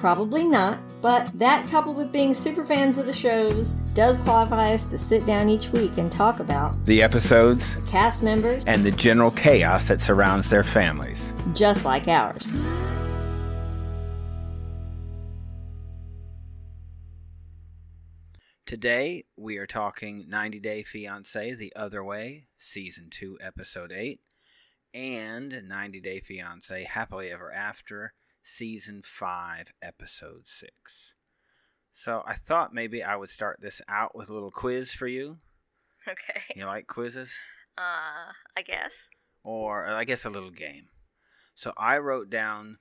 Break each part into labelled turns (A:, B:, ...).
A: Probably not, but that coupled with being super fans of the shows does qualify us to sit down each week and talk about
B: The episodes
A: cast members
B: and the general chaos that surrounds their families.
A: just like ours.
B: Today, we are talking 90 Day Fiance The Other Way, Season 2, Episode 8, and 90 Day Fiance Happily Ever After, Season 5, Episode 6. So, I thought maybe I would start this out with a little quiz for you.
A: Okay.
B: You like quizzes?
A: Uh, I guess.
B: Or, I guess, a little game. So, I wrote down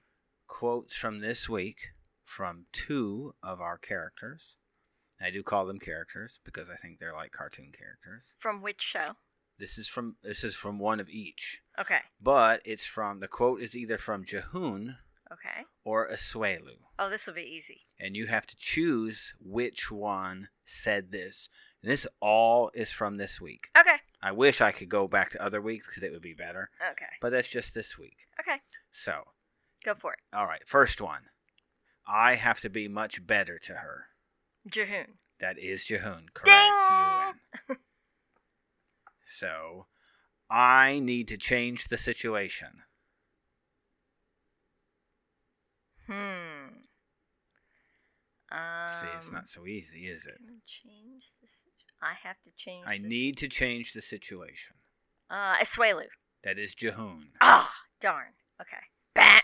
B: quotes from this week from two of our characters. I do call them characters because I think they're like cartoon characters.
A: From which show?
B: This is from this is from one of each,
A: Okay.
B: but it's from the quote is either from Jehun
A: Okay.
B: or Asuelu,
A: Oh, this will be easy.
B: and you have to choose which one said this. And this all is from this week.
A: Okay.
B: I wish I could go back to other weeks because it would be better,
A: Okay.
B: but that's just this week.
A: Okay.
B: So,
A: Go for it.
B: all right, first one. I have to be much better to her.
A: Jahoon.
B: That is Jehun, correct?
A: Ding!
B: You win. so, I need to change the situation.
A: Hmm. Um,
B: See, it's not so easy, is it?
A: Can I change this? I have to change.
B: I
A: this-
B: need to change the situation.
A: Uh, Asuelu.
B: That is Jehoon.
A: Ah, darn. Okay. Bat.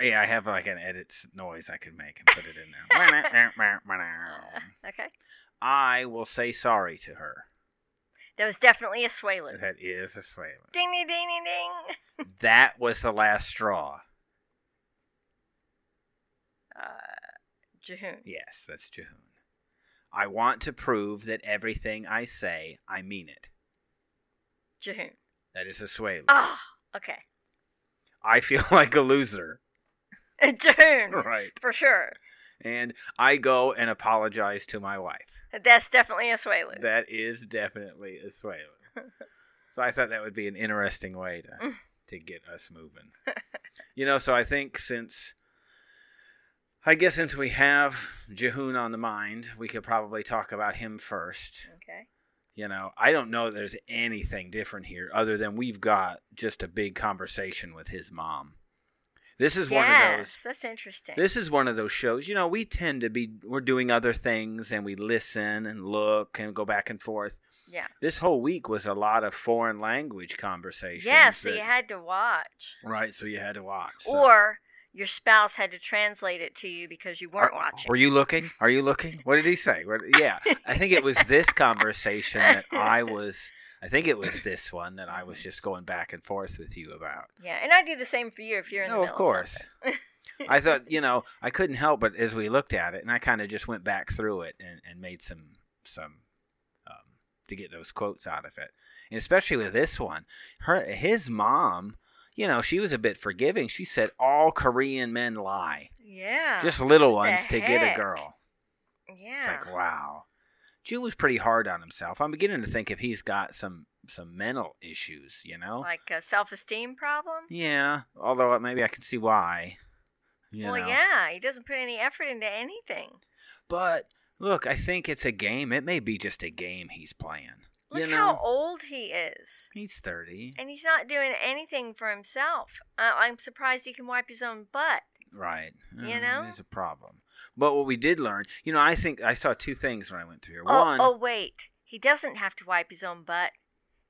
B: yeah, I have like an edit s- noise I could make and put it in there.
A: okay.
B: I will say sorry to her.
A: That was definitely Asuelu.
B: That is a Swayland.
A: Ding, ding, ding, ding, ding.
B: That was the last straw.
A: Uh, Jahoon.
B: Yes, that's Jehoon. I want to prove that everything I say, I mean it.
A: Jahoon.
B: That is a Swayland.
A: Ah, okay.
B: I feel like a loser.
A: Jahoon.
B: Right.
A: For sure.
B: And I go and apologize to my wife.
A: That's definitely Asuelu.
B: That is definitely a Suelo. so I thought that would be an interesting way to
A: Mm.
B: to get us moving. you know, so I think since I guess since we have Jehoon on the mind, we could probably talk about him first.
A: okay.
B: You know, I don't know if there's anything different here other than we've got just a big conversation with his mom. This is one of those
A: Yes, that's interesting.
B: this is one of those shows, you know, we tend to be we're doing other things and we listen and look and go back and forth.
A: yeah.
B: This whole week was a lot of foreign language conversations.
A: Yeah, so
B: that-
A: you had to watch.
B: right, so you had to watch. so-
A: Or your spouse had to translate it to you because you weren't
B: Are-
A: watching.
B: Were you looking? Are you looking? What did he say? What, yeah, I think it was this conversation that I was. I think it was this one that I was just going back and forth with you about.
A: Yeah, and I do the same for you if you're in the
B: No,
A: middle
B: of course.
A: something.
B: I thought, you know, I couldn't help but as we looked at it, and I kind of just went back through it and, and made some some um, to get those quotes out of it, and especially with this one, her his mom, you know, she was a bit forgiving. She said all Korean men lie,
A: Yeah.
B: just little
A: Oh, what the
B: ones to get a
A: heck?
B: girl. It's
A: yeah.
B: like wow, June was pretty hard on himself. I'm beginning to think if he's got some some mental issues, you know.
A: Like a self-esteem problem.
B: yeah, although uh, maybe I can see why. You
A: well,
B: know?
A: yeah, he doesn't put any effort into anything.
B: But look, I think it's a game. It may be just a game he's playing.
A: Look
B: you know,
A: how old he is,
B: he's thirty,
A: and he's not doing anything for himself. I- I'm surprised he can wipe his own butt.
B: right?
A: You
B: Uh,
A: know?
B: it's a problem. But what we did learn, you know, I think I saw two things when I went through here.
A: Oh,
B: One,
A: oh, wait, he doesn't have to wipe his own butt.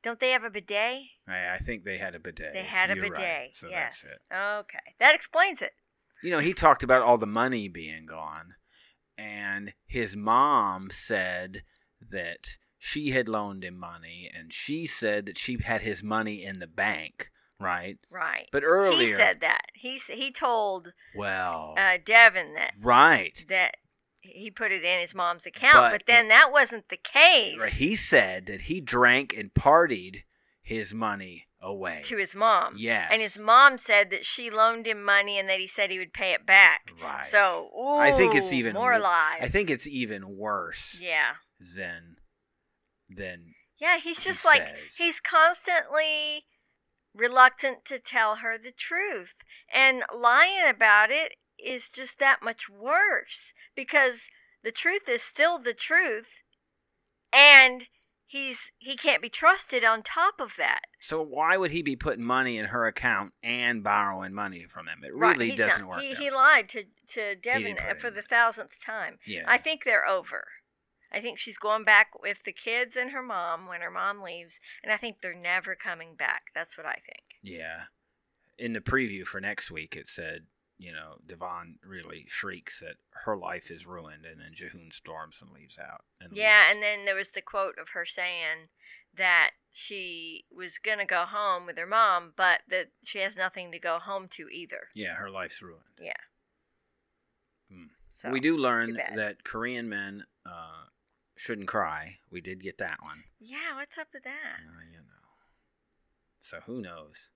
A: Don't they have a bidet?
B: I, I think they had a bidet.
A: They had a
B: You're right.
A: bidet.
B: so
A: yes.
B: that's it.
A: Okay, that explains it.
B: You know, he talked about all the money being gone, and his mom said that she had loaned him money, and she said that she had his money in the bank, right?
A: Right.
B: But earlier,
A: he said that. He s- he told
B: well,
A: uh, Devin that
B: right.
A: that he put it in his mom's account, but,
B: But-
A: then that wasn't the case.
B: Right, He said that he drank and partied his money away.
A: to his mom.
B: Yes.
A: And his mom said that she loaned him money and that he said he would pay it back.
B: Right.
A: So, ooh,
B: I think it's even
A: more
B: wor-
A: lies.
B: I think it's even worse
A: Yeah.
B: than than
A: Yeah, he's
B: he
A: just like
B: says.
A: he's constantly reluctant to tell her the truth. And lying about it is just that much worse because the truth is still the truth and he's he can't be trusted on top of that.
B: So why would he be putting money in her account and borrowing money from them? It
A: Right,
B: really
A: he's
B: doesn't
A: not-
B: work.
A: He,
B: out.
A: he lied to to Devin
B: didn't put it
A: for
B: in.
A: the thousandth time.
B: yeah.
A: I think they're over. I think she's going back with the kids and her mom when her mom leaves, and I think they're never coming back. That's what I think.
B: yeah. In the preview for next week, it said, you know, Devon really shrieks that her life is ruined, and then Jehoon storms and leaves out. And
A: Yeah,
B: leaves.
A: and then there was the quote of her saying that she was going to go home with her mom, but that she has nothing to go home to either.
B: yeah, her life's ruined.
A: Yeah.
B: Hmm.
A: So,
B: we do learn
A: bad.
B: that Korean men uh, shouldn't cry. We did get that one.
A: Yeah, what's up with
B: Uh,
A: that?
B: you know. So who knows?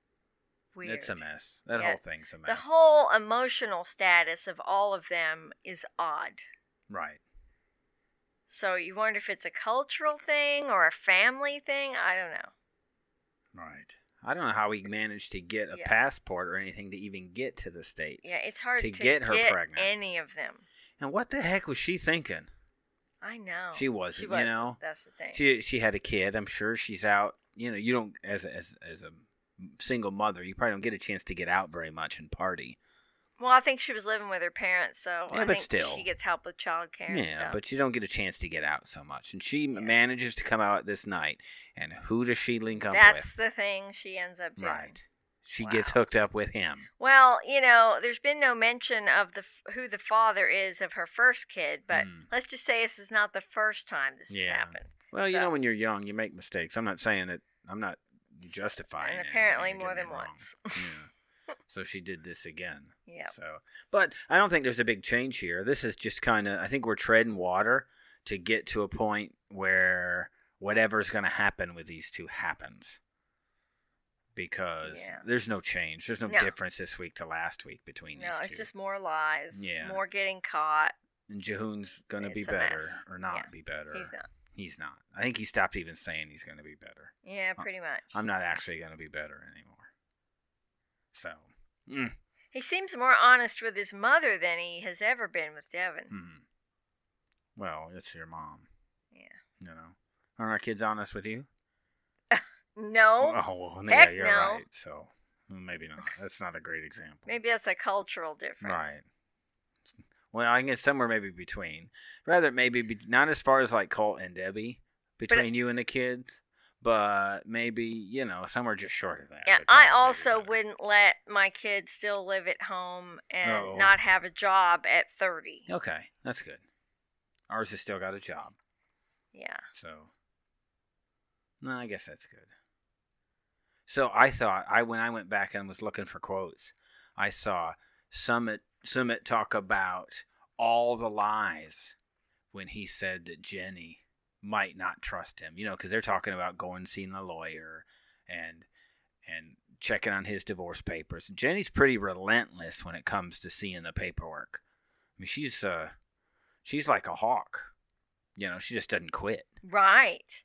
A: Weird.
B: It's a mess. That
A: Yeah.
B: whole thing's a mess.
A: The whole emotional status of all of them is odd.
B: right.
A: So you wonder if it's a cultural thing or a family thing. I don't know.
B: Right. I don't know how we managed to get a
A: Yeah.
B: passport or anything to even get to the States.
A: Yeah, it's hard
B: to
A: to,
B: get her pregnant.
A: Any of them.
B: And what the heck was she thinking?
A: I know.
B: She wasn't, you
A: wasn't.
B: know?
A: That's the thing.
B: She she had a kid. I'm sure she's out. You know, you don't as a, as as a single mother, you probably don't get a chance to get out very much and party.
A: well, I think she was living with her parents, so
B: Yeah,
A: I
B: but
A: think
B: still.
A: she gets help with childcare and
B: yeah,
A: stuff.
B: but you don't get a chance to get out so much. And she manages to come out this night. And who does she link up with?
A: that's the thing she ends up doing.
B: right. She
A: Wow.
B: gets hooked up with him.
A: Well, you know, there's been no mention of the f- who the father is of her first kid, but
B: Mm.
A: let's just say this is not the first time this
B: Yeah.
A: has happened.
B: Well, you know,
A: So-
B: when you're young, you make mistakes. I'm not saying that. I'm not justifying.
A: and
B: anything,
A: apparently
B: don't
A: more
B: get me
A: than
B: wrong.
A: once.
B: yeah. So she did this again.
A: Yeah.
B: So, but I don't think there's a big change here. This is just kind of. I think we're treading water to get to a point where whatever's going to happen with these two happens. Because
A: Yeah.
B: there's no change. There's no,
A: No.
B: difference this week to last week between
A: No,
B: these two.
A: it's just more lies.
B: Yeah.
A: More getting caught.
B: and Jehoon's going to be
A: it's a mess.
B: better or not
A: Yeah.
B: be better.
A: He's not.
B: He's not. I think he stopped even saying he's going to be better.
A: Yeah,
B: Uh,
A: pretty much.
B: I'm not actually going to be better anymore. So, mm,
A: He seems more honest with his mother than he has ever been with Devin.
B: mm. well, it's your mom,
A: Yeah.
B: you know. Aren't our kids honest with you? Mm. Oh,
A: No,
B: well, yeah,
A: Oh, heck
B: you're
A: no.
B: right. So, well, maybe not. That's not a great example.
A: maybe that's a cultural difference.
B: Right. Well, I guess somewhere maybe between. Rather, maybe be, not as far as like Colt and Debbie, between you and the kids, but maybe, you know, somewhere just short of that.
A: And
B: would
A: I
B: probably be
A: also
B: better.
A: wouldn't let my kids still live at home and
B: No.
A: not have a job at 30.
B: Okay, that's good. Ours has still got a job.
A: Yeah.
B: So, no, I guess that's good. So I thought I when I went back and was looking for quotes, I saw Summit Summit talk about all the lies when he said that Jenny might not trust him. You know, because they're talking about going and seeing the lawyer and and checking on his divorce papers. Jenny's pretty relentless when it comes to seeing the paperwork. I mean, she's uh, she's like a hawk. You know, she just doesn't quit.
A: Right.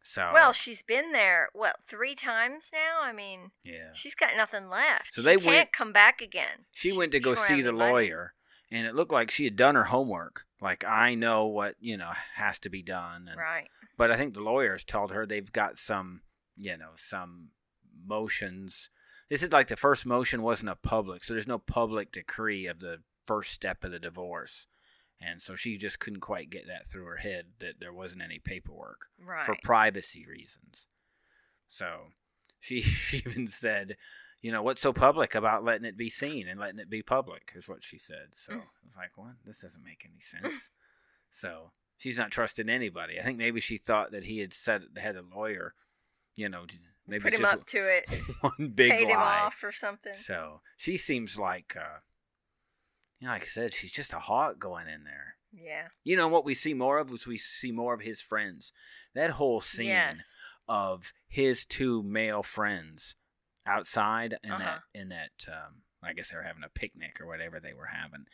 B: So
A: Well, she's been there, what, three times now? I mean,
B: yeah,
A: she's got nothing left.
B: So
A: She
B: they
A: can't
B: went-
A: come back again.
B: she went to go
A: won't
B: see
A: have
B: the
A: any money.
B: lawyer, and it looked like she had done her homework. Like I know what you know has to be done, and,
A: Right.
B: but I think the lawyers told her they've got some, you know, some motions. This is like the first motion wasn't a public, so there's no public decree of the first step of the divorce, and so she just couldn't quite get that through her head that there wasn't any paperwork.
A: Right.
B: for privacy reasons. So she even said, you know, what's so public about letting it be seen and letting it be public is what she said. So I
A: Mm.
B: was like, what? This doesn't make any sense. so she's not trusting anybody. I think maybe she thought that he had said had a lawyer, you know, j- maybe
A: Put
B: it's
A: him
B: just
A: up to it.
B: one big
A: Paid
B: lie.
A: him off or something.
B: So she seems like, uh, you know, like I said, she's just a hawk going in there.
A: Yeah.
B: You know what we see more of was we see more of his friends. That whole scene
A: Yes.
B: of his two male friends outside in
A: Uh-huh.
B: that in that um, I guess they were having a picnic or whatever they were having,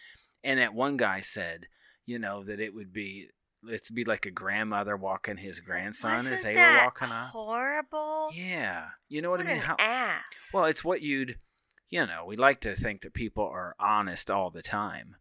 B: and that one guy said, you know, that it would be it's be like a grandmother walking his grandson
A: Wasn't
B: as they
A: that
B: were walking up.
A: horrible?
B: Yeah, uh" you know what, I mean.
A: an
B: How
A: ass.
B: well it's what you'd you know we like to think that people are honest all the time,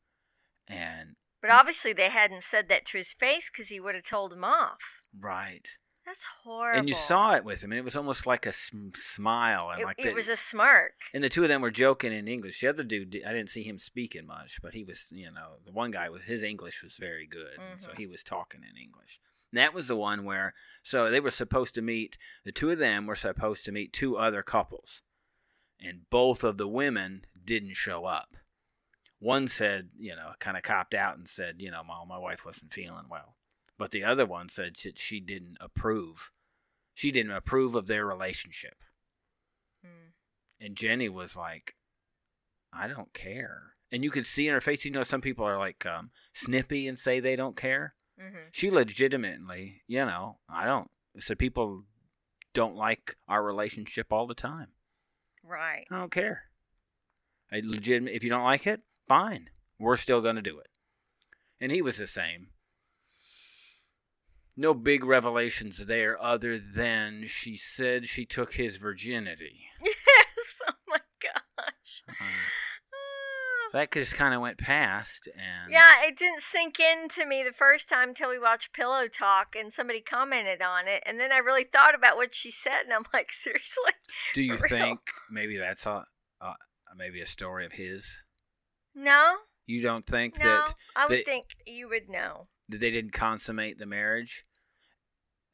B: and
A: but obviously they hadn't said that to his face because he would have told him off.
B: right.
A: That's horrible.
B: And you saw it with him, and it was almost like a sm- smile, and
A: it,
B: like
A: it
B: the-
A: was a smirk.
B: and the two of them were joking in English. The other dude, di- I didn't see him speaking much, but he was, you know, the one guy was his English was very good, and so
A: Mhm.
B: he was talking in English. And that was the one where so they were supposed to meet. The two of them were supposed to meet two other couples, and both of the women didn't show up. One said, you know, kind of copped out and said, you know, my my wife wasn't feeling well, but the other one said she, she didn't approve. She didn't approve of their relationship.
A: Mm.
B: And Jenny was like, I don't care. And you could see in her face, you know, some people are like um, snippy and say they don't care.
A: Mhm.
B: She legitimately, you know, I don't. So people don't like our relationship all the time.
A: Right.
B: I don't care. I legit, if you don't like it, fine. We're still going to do it. And he was the same. No big revelations there other than she said she took his virginity.
A: Yes. Oh my gosh.
B: Uh, So that just kind of went past, and
A: Yeah, it didn't sink in to me the first time till we watched Pillow Talk and somebody commented on it, and then I really thought about what she said, and I'm like, seriously,
B: do you
A: for real.
B: think maybe that's a, a maybe a story of his?
A: no,
B: You don't think
A: no,
B: that,
A: I would
B: that-
A: think you would know.
B: that they didn't consummate the marriage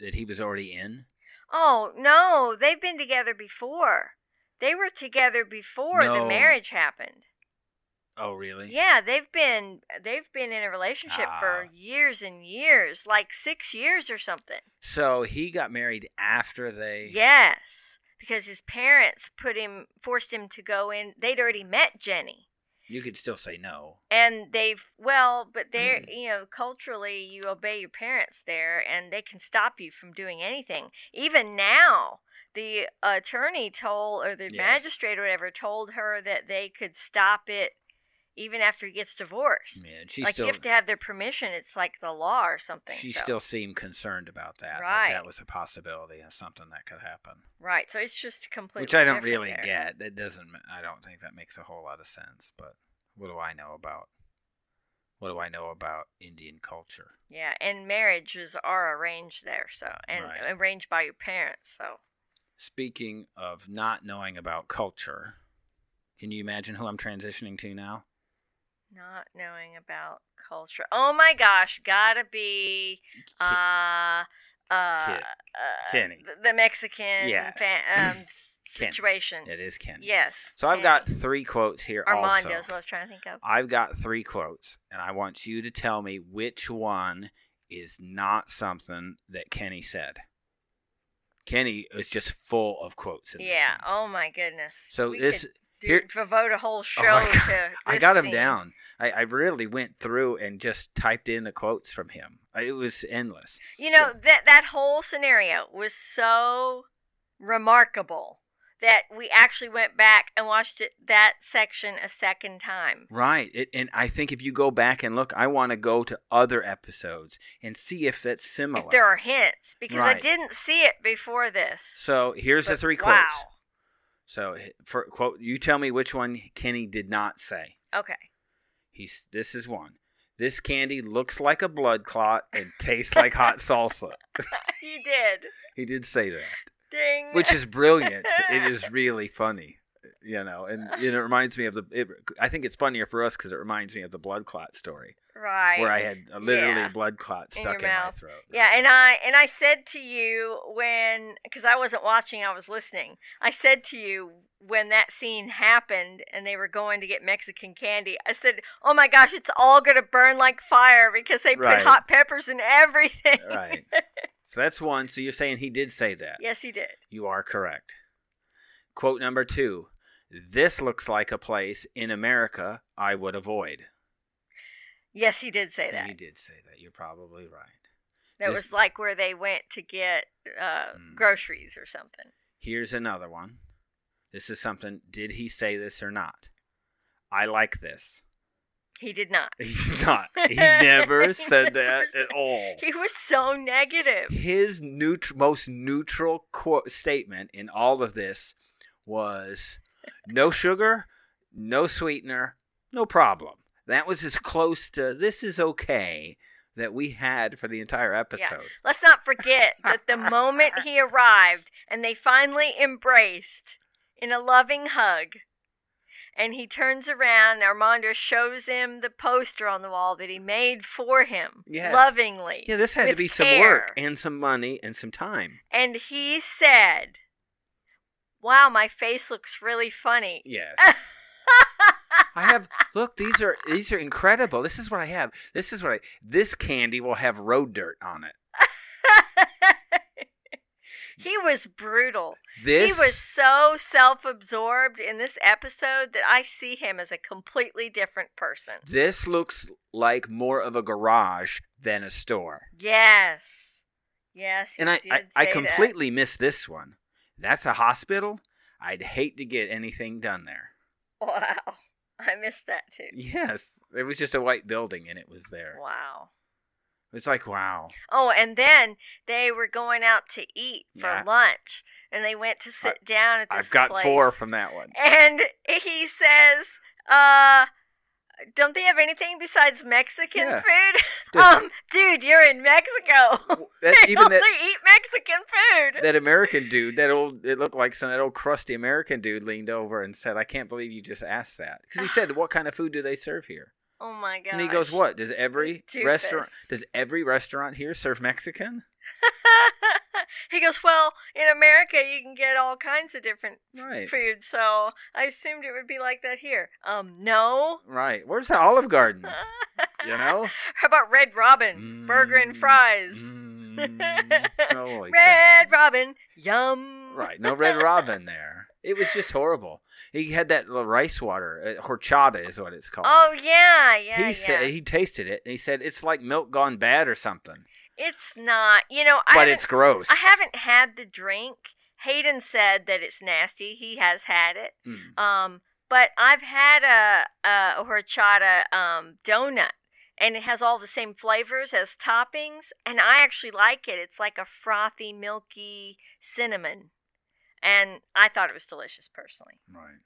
B: that he was already in?
A: Oh no, they've been together before. They were together before
B: No.
A: the marriage happened.
B: Oh, really?
A: Yeah, they've been they've been in a relationship for
B: Ah.
A: years and years, like six years or something.
B: So he got married after they.
A: Yes, because his parents put him forced him to go in. They'd already met Jenny.
B: You could still say no.
A: and they've well but they're
B: Mm.
A: you know culturally you obey your parents there and they can stop you from doing anything even now the attorney told or the
B: Yes.
A: magistrate or whatever told her that they could stop it even after he gets divorced
B: Man, she
A: like
B: still
A: you have to have their permission it's like the law or something
B: she
A: so-
B: still seemed concerned about that. Like
A: Right.
B: that was a possibility of something that could happen,
A: right so it's just completely
B: which I don't
A: different
B: really
A: there.
B: get. That doesn't. ma- I don't think that makes a whole lot of sense. But what do I know about? What do I know about Indian culture?
A: yeah and marriages are arranged there so and
B: Right.
A: arranged by your parents so
B: Speaking of not knowing about culture, can you imagine who I'm transitioning to now?
A: Not knowing about culture. Oh my gosh, gotta be uh uh,
B: Kid.
A: uh
B: Kenny.
A: th- the Mexican
B: Yes.
A: fa- um s-
B: Kenny.
A: situation.
B: It is Kenny.
A: Yes.
B: So I've
A: Oh, Kenny.
B: got three quotes here
A: Armando
B: also.
A: is what I was trying to think of.
B: I've got three quotes, and I want you to tell me which one is not something that Kenny said. Kenny is just full of quotes. In this
A: Yeah.
B: one.
A: Oh my goodness.
B: So
A: we
B: this
A: could do,
B: here-
A: devote a whole show
B: I got-
A: to.
B: I
A: this
B: got him
A: scene.
B: down. I, I really went through and just typed in the quotes from him. Uh, It was endless.
A: You know that that whole scenario was so remarkable that we actually went back and watched it that section a second time.
B: Right. It, and I think if you go back and look, I want to go to other episodes and see if that's similar.
A: if there are hints because I
B: Right.
A: didn't see it before this.
B: so here's the
A: But
B: three quotes.
A: wow.
B: So h- for quote, you tell me which one Kenny did not say.
A: Okay.
B: He's this is one. This candy looks like a blood clot and tastes like hot salsa.
A: you did.
B: He did say that,
A: Ding.
B: which is brilliant. it is really funny, you know, and, and it reminds me of the. It, I think it's funnier for us because it reminds me of the blood clot story
A: right.
B: where I had a, literally
A: Yeah.
B: a blood clot
A: In
B: stuck
A: your
B: in, my
A: mouth.
B: throat.
A: Yeah, and I and I said to you when because I wasn't watching, I was listening. I said to you when that scene happened and they were going to get Mexican candy. I said, "Oh my gosh, it's all going to burn like fire because they
B: Right.
A: put hot peppers in everything."
B: Right. So that's one. So you're saying he did say that.
A: yes, he did.
B: You are correct. Quote number two This looks like a place in America I would avoid.
A: Yes, he did say that.
B: He did say that. You're probably right.
A: That
B: This-
A: was like where they went to get uh,
B: Mm.
A: groceries or something.
B: Here's another one. This is something. Did he say this or not? I like this.
A: He did not.
B: He did not. He never
A: He
B: said
A: never
B: that
A: said-
B: at all.
A: He was so negative.
B: His neut- most neutral quote statement in all of this was no sugar, no sweetener, no problem. That was as close to this is okay that we had for the entire episode.
A: Let's not forget that the moment he arrived and they finally embraced in a loving hug, and he turns around, Armando shows him the poster on the wall that he made for him
B: Yes.
A: lovingly.
B: Yeah, this had to
A: with
B: be some work
A: care.
B: and some money and some time.
A: And he said, Wow, my face looks really funny.
B: Yes. I have look, these are these are incredible. This is what I have. This is what I this candy will have road dirt on it.
A: he was brutal.
B: This
A: He was so self absorbed in this episode that I see him as a completely different person.
B: this looks like more of a garage than a store.
A: Yes. Yes. he
B: And I
A: did
B: I, I
A: say that.
B: completely missed this one. That's a hospital. I'd hate to get anything done there.
A: Wow. I missed that too.
B: Yes. It was just a white building and it was there.
A: Wow.
B: It's like wow.
A: Oh, and then they were going out to eat for
B: Yeah.
A: lunch, and they went to sit down at this
B: I've got
A: place.
B: four from that one.
A: and he says, uh, don't they have anything besides Mexican
B: Yeah.
A: food?
B: Dude.
A: Um, dude, you're in Mexico.
B: That,
A: they
B: even
A: only
B: that
A: eat Mexican food.
B: that American dude, that old, it looked like some that old crusty American dude leaned over and said, "I can't believe you just asked that," because he said, "What kind of food do they serve here?"
A: oh my god.
B: And he goes, "What does every
A: Doofus.
B: restaurant does every restaurant here serve Mexican?"
A: he goes, well, in America you can get all kinds of different
B: Right,
A: food, so I assumed it would be like that here. Um, no.
B: right. Where's the Olive Garden? You know,
A: How about Red Robin, burger and
B: Mm,
A: fries?
B: Mm, holy cow.
A: Red Robin, yum.
B: Right, no Red Robin there. It was just horrible. He had that little rice water, uh, horchata is what it's called.
A: Oh yeah, yeah,
B: he
A: yeah.
B: said he tasted it and he said it's like milk gone bad or something.
A: It's not. You know, I
B: but
A: haven't,
B: it's gross.
A: I haven't had the drink. Hayden said that it's nasty. He has had it.
B: Mm.
A: Um, but I've had a a horchata um donut, and it has all the same flavors as toppings, and I actually like it. It's like a frothy, milky cinnamon, and I thought it was delicious personally.
B: Right.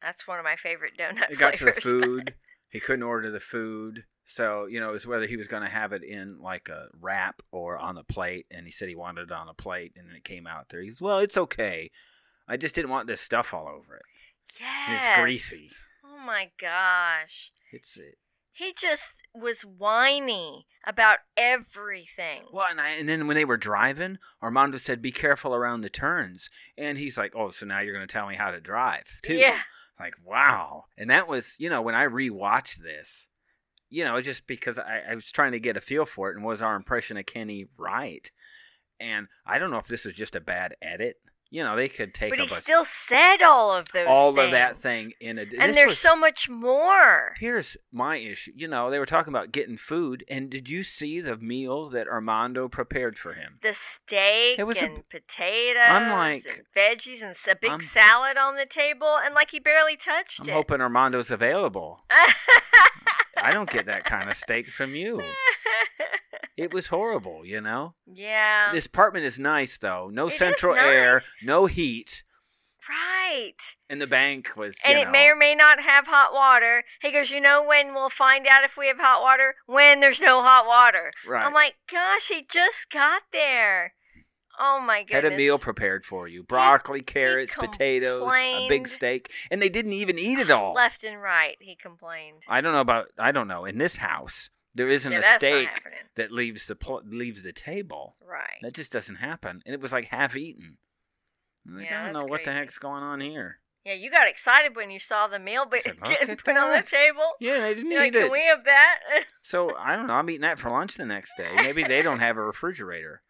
A: That's one of my favorite donut
B: It got
A: flavors.
B: to the food. He couldn't order the food. So, you know, it was whether he was going to have it in like a wrap or on a plate. And he said he wanted it on a plate. And it came out there. He's, well, it's okay. I just didn't want this stuff all over it. And
A: Yes.
B: It's greasy.
A: Oh my gosh.
B: It's eh, it.
A: He just was whiny about everything.
B: Well, and, I, and then when they were driving, Armando said, be careful around the turns. And he's like, oh, so now you're going to tell me how to drive, too.
A: Yeah.
B: like wow and that was you know when i rewatched this you know just because I, I was trying to get a feel for it and was our impression of kenny right and i don't know if this was just a bad edit you know they could take
A: But he
B: up a-
A: still said all of those
B: all
A: things.
B: of that thing in a
A: And
B: this
A: there's
B: was-
A: so much more.
B: here's my issue you know they were talking about getting food and did you see the meal that armando prepared for him
A: The steak
B: It was a-
A: and potatoes
B: like-
A: and veggies and s- a big
B: I'm-
A: salad on the table and like he barely touched
B: i'm
A: it.
B: hoping armando's available i don't get that kind of steak from you it was horrible you know
A: yeah.
B: This apartment is nice though. No
A: Um, It is
B: central air,
A: nice.
B: no heat,
A: Right.
B: and the bank was.
A: And
B: you
A: it
B: know,
A: may or may not have hot water. He goes, You know when we'll find out if we have hot water? When there's no hot water.
B: right.
A: I'm like, gosh, he just got there. Oh my goodness.
B: had a meal prepared for you: broccoli, carrots, potatoes, a big
A: complained.
B: steak, and they didn't even eat it all.
A: Left and right, he complained.
B: I don't know about. I don't know. In this house, there isn't
A: Yeah,
B: a
A: that's not
B: steak
A: happening.
B: that leaves the pl- leaves the table.
A: Right.
B: That just doesn't happen. And it was like half eaten. I'm like,
A: Yeah,
B: I don't know
A: that's
B: what the
A: crazy.
B: heck's going on here.
A: yeah, you got excited when you saw the meal but
B: said, "Look
A: getting
B: at
A: put on the
B: that."
A: table.
B: Yeah, they didn't
A: You're like,
B: eat
A: Can
B: it.
A: we have that?
B: So I don't know. I'm eating that for lunch the next day. Maybe they don't have a refrigerator.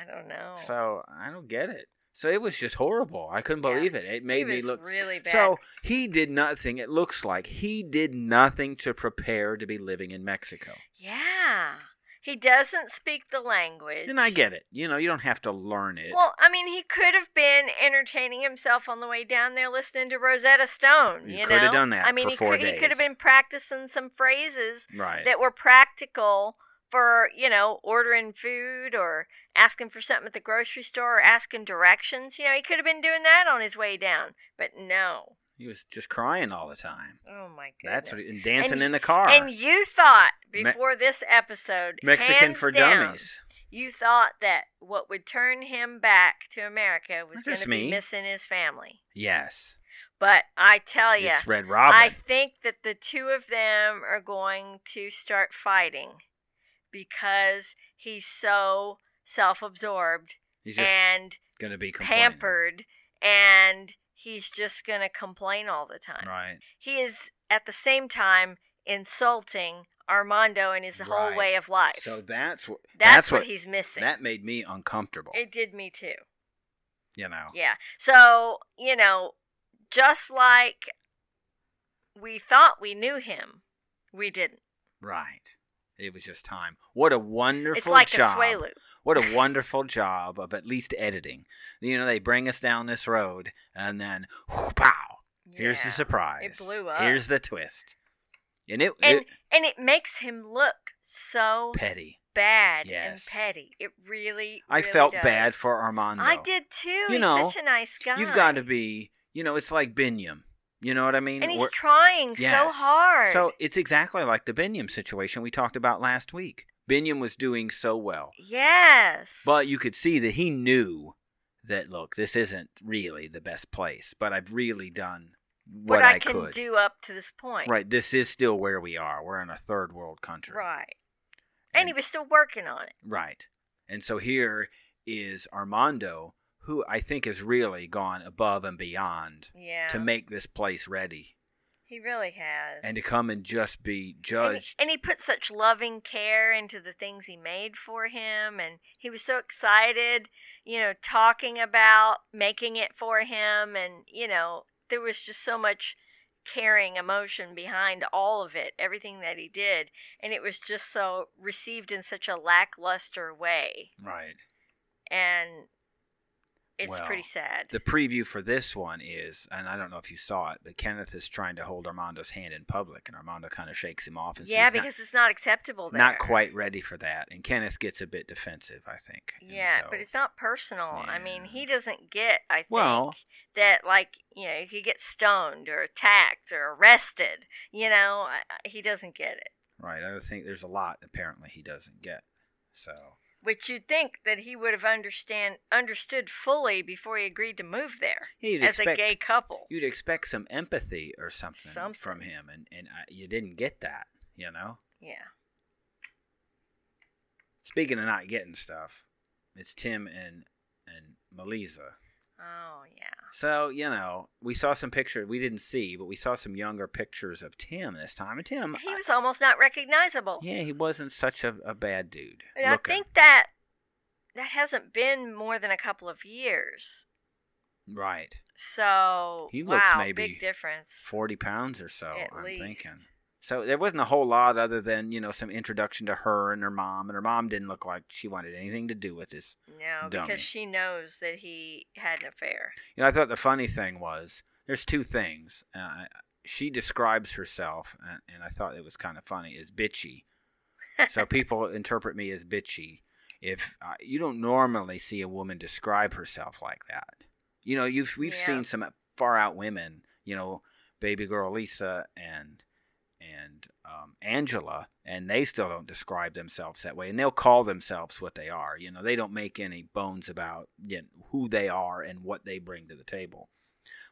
A: I don't know.
B: So I don't get it. So it was just horrible. I couldn't
A: Yeah.
B: believe it. It made
A: He
B: me
A: was
B: look.
A: really bad.
B: So he did nothing. It looks like he did nothing to prepare to be living in Mexico.
A: yeah. He doesn't speak the language.
B: And I get it. You know, you don't have to learn it.
A: Well, I mean, he could have been entertaining himself on the way down there listening to Rosetta Stone.
B: He
A: You,
B: could have
A: know?
B: done that
A: I mean,
B: for
A: he
B: four
A: could he could have
B: days.
A: been practicing some phrases
B: right.
A: that were practical for you know ordering food or asking for something at the grocery store or asking directions. You know, he could have been doing that on his way down, but no.
B: he was just crying all the time.
A: Oh my goodness.
B: That's what, and dancing
A: And-
B: in the car.
A: And you thought
B: Me-
A: before this episode,
B: Mexican
A: hands
B: for
A: down,
B: dummies.
A: You thought that what would turn him back to America was
B: Not
A: going
B: just
A: to
B: me.
A: be missing his family.
B: Yes.
A: But I tell you,
B: It's Red
A: Oh, I
B: Robin.
A: think that the two of them are going to start fighting because he's so self absorbed
B: He's just
A: and
B: going to be complaining.
A: pampered and he's just going to complain all the time.
B: Right.
A: He is at the same time insulting Armando and his
B: Right.
A: whole way of life.
B: So that's what
A: that's, what,
B: what,
A: he's missing.
B: that made me uncomfortable.
A: it did me too.
B: you know.
A: Yeah. So, you know, just like we thought we knew him, we didn't.
B: Right. It was just time. What a wonderful
A: It's like
B: job.
A: a Swelu.
B: What a wonderful job of at least editing. You know, they bring us down this road and then whoo, pow. Here's the
A: Yeah.
B: surprise.
A: It blew up.
B: Here's the twist. And it,
A: And
B: it
A: and it makes him look so
B: petty.
A: bad and
B: Yes.
A: petty. It really,
B: I
A: really
B: felt
A: does.
B: bad for Armando.
A: I did too.
B: You
A: he's
B: know,
A: such a nice guy.
B: You've got to be, you know, it's like Binyam. You know what I mean?
A: And he's
B: We're-
A: trying so
B: Yes.
A: hard.
B: So it's exactly like the Binyam situation we talked about last week. Binyam was doing so well.
A: yes.
B: But you could see that he knew that look, this isn't really the best place, but I've really done what,
A: what I, can
B: could.
A: do up to this point.
B: Right, this is still where we are. We're in a third world country.
A: Right. And he was still working on it.
B: Right. And so here is Armando, who I think has really gone above and beyond
A: Yeah.
B: to make this place ready
A: he really has.
B: and to come and just be
A: And he-
B: judged.
A: And he, put such loving care into the things he made for him, and he was so excited, you know, talking about making it for him, and you know, there was just so much caring emotion behind all of it, everything that he did, and it was just so received in such a lackluster way,
B: right.
A: and it's
B: Well,
A: pretty sad.
B: The preview for this one is, and I don't know if you saw it, but Kenneth is trying to hold Armando's hand in public, and Armando kind of shakes him off. And says,
A: yeah,
B: "Not-
A: because it's not acceptable. There.
B: not quite ready for that. And Kenneth gets a bit defensive, I think. And
A: Yeah,
B: so-
A: but it's not personal. I mean,
B: Yeah.
A: he doesn't get. I think
B: Well-
A: that like you know he could get stoned or attacked or arrested. You know, I, I- he doesn't get it.
B: right. I don't think there's a lot apparently he doesn't get. So
A: Which you'd think that he would have understand understood fully before he agreed to move there
B: Yeah, you'd
A: as a
B: expect-
A: gay couple.
B: you'd expect some empathy or something,
A: Something.
B: from him, and and I, you didn't get that. You know.
A: yeah.
B: Speaking of not getting stuff, it's Tim and and Melisa.
A: Oh yeah.
B: So you know, we saw some pictures we didn't see, but we saw some younger pictures of Tim this time. And Tim,
A: He
B: Um, I-
A: was almost not recognizable.
B: yeah, uh he wasn't such a, a bad dude.
A: And I
B: looking.
A: think that that hasn't been more than a couple of years.
B: right,
A: So
B: He looks
A: wow,
B: maybe
A: big difference.
B: forty pounds or so.
A: At
B: I'm
A: least.
B: thinking. So there wasn't a whole lot other than you know some introduction to her and her mom, and her mom didn't look like she wanted anything to do with this.
A: No,
B: dummy.
A: because she knows that he had an affair.
B: You know, I thought the funny thing was there's two things. Uh, I- she describes herself, and, and I thought it was kind of funny, as bitchy. so people interpret me as bitchy. If uh, you don't normally see a woman describe herself like that, you know, you've we've
A: Yeah.
B: seen some far out women. You know, baby girl Lisa and and um, Angela, and they still don't describe themselves that way, and they'll call themselves what they are. You know, they don't make any bones about you know, who they are and what they bring to the table.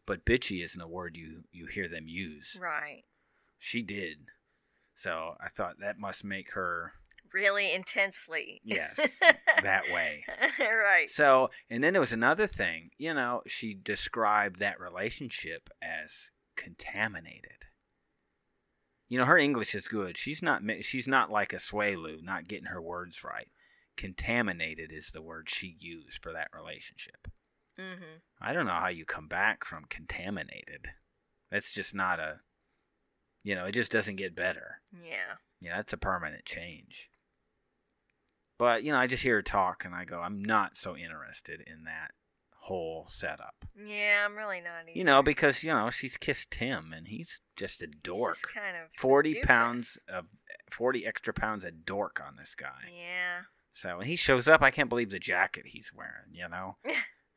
B: But bitchy isn't a word you you hear them use.
A: Right.
B: She did, so I thought that must make her
A: Really intensely.
B: Yes, that way.
A: right.
B: So, and then there was another thing. You know, she described that relationship as contaminated. You know, her English is good. She's not. mi- She's not like a Swelu, not getting her words right. Contaminated is the word she used for that relationship.
A: hmm
B: I don't know how you come back from contaminated. That's just not a. You know, it just doesn't get better.
A: Yeah.
B: Yeah, that's a permanent change. But, you know, I just hear her talk and I go, I'm not so interested in that whole setup.
A: Yeah, I'm really not. Either.
B: You know, because, you know, she's kissed Tim and he's just a
A: He's
B: dork.
A: just kind of
B: 40
A: doofus.
B: pounds of 40 extra pounds of dork on this guy.
A: Yeah.
B: So when he shows up, I can't believe the jacket he's wearing. You know,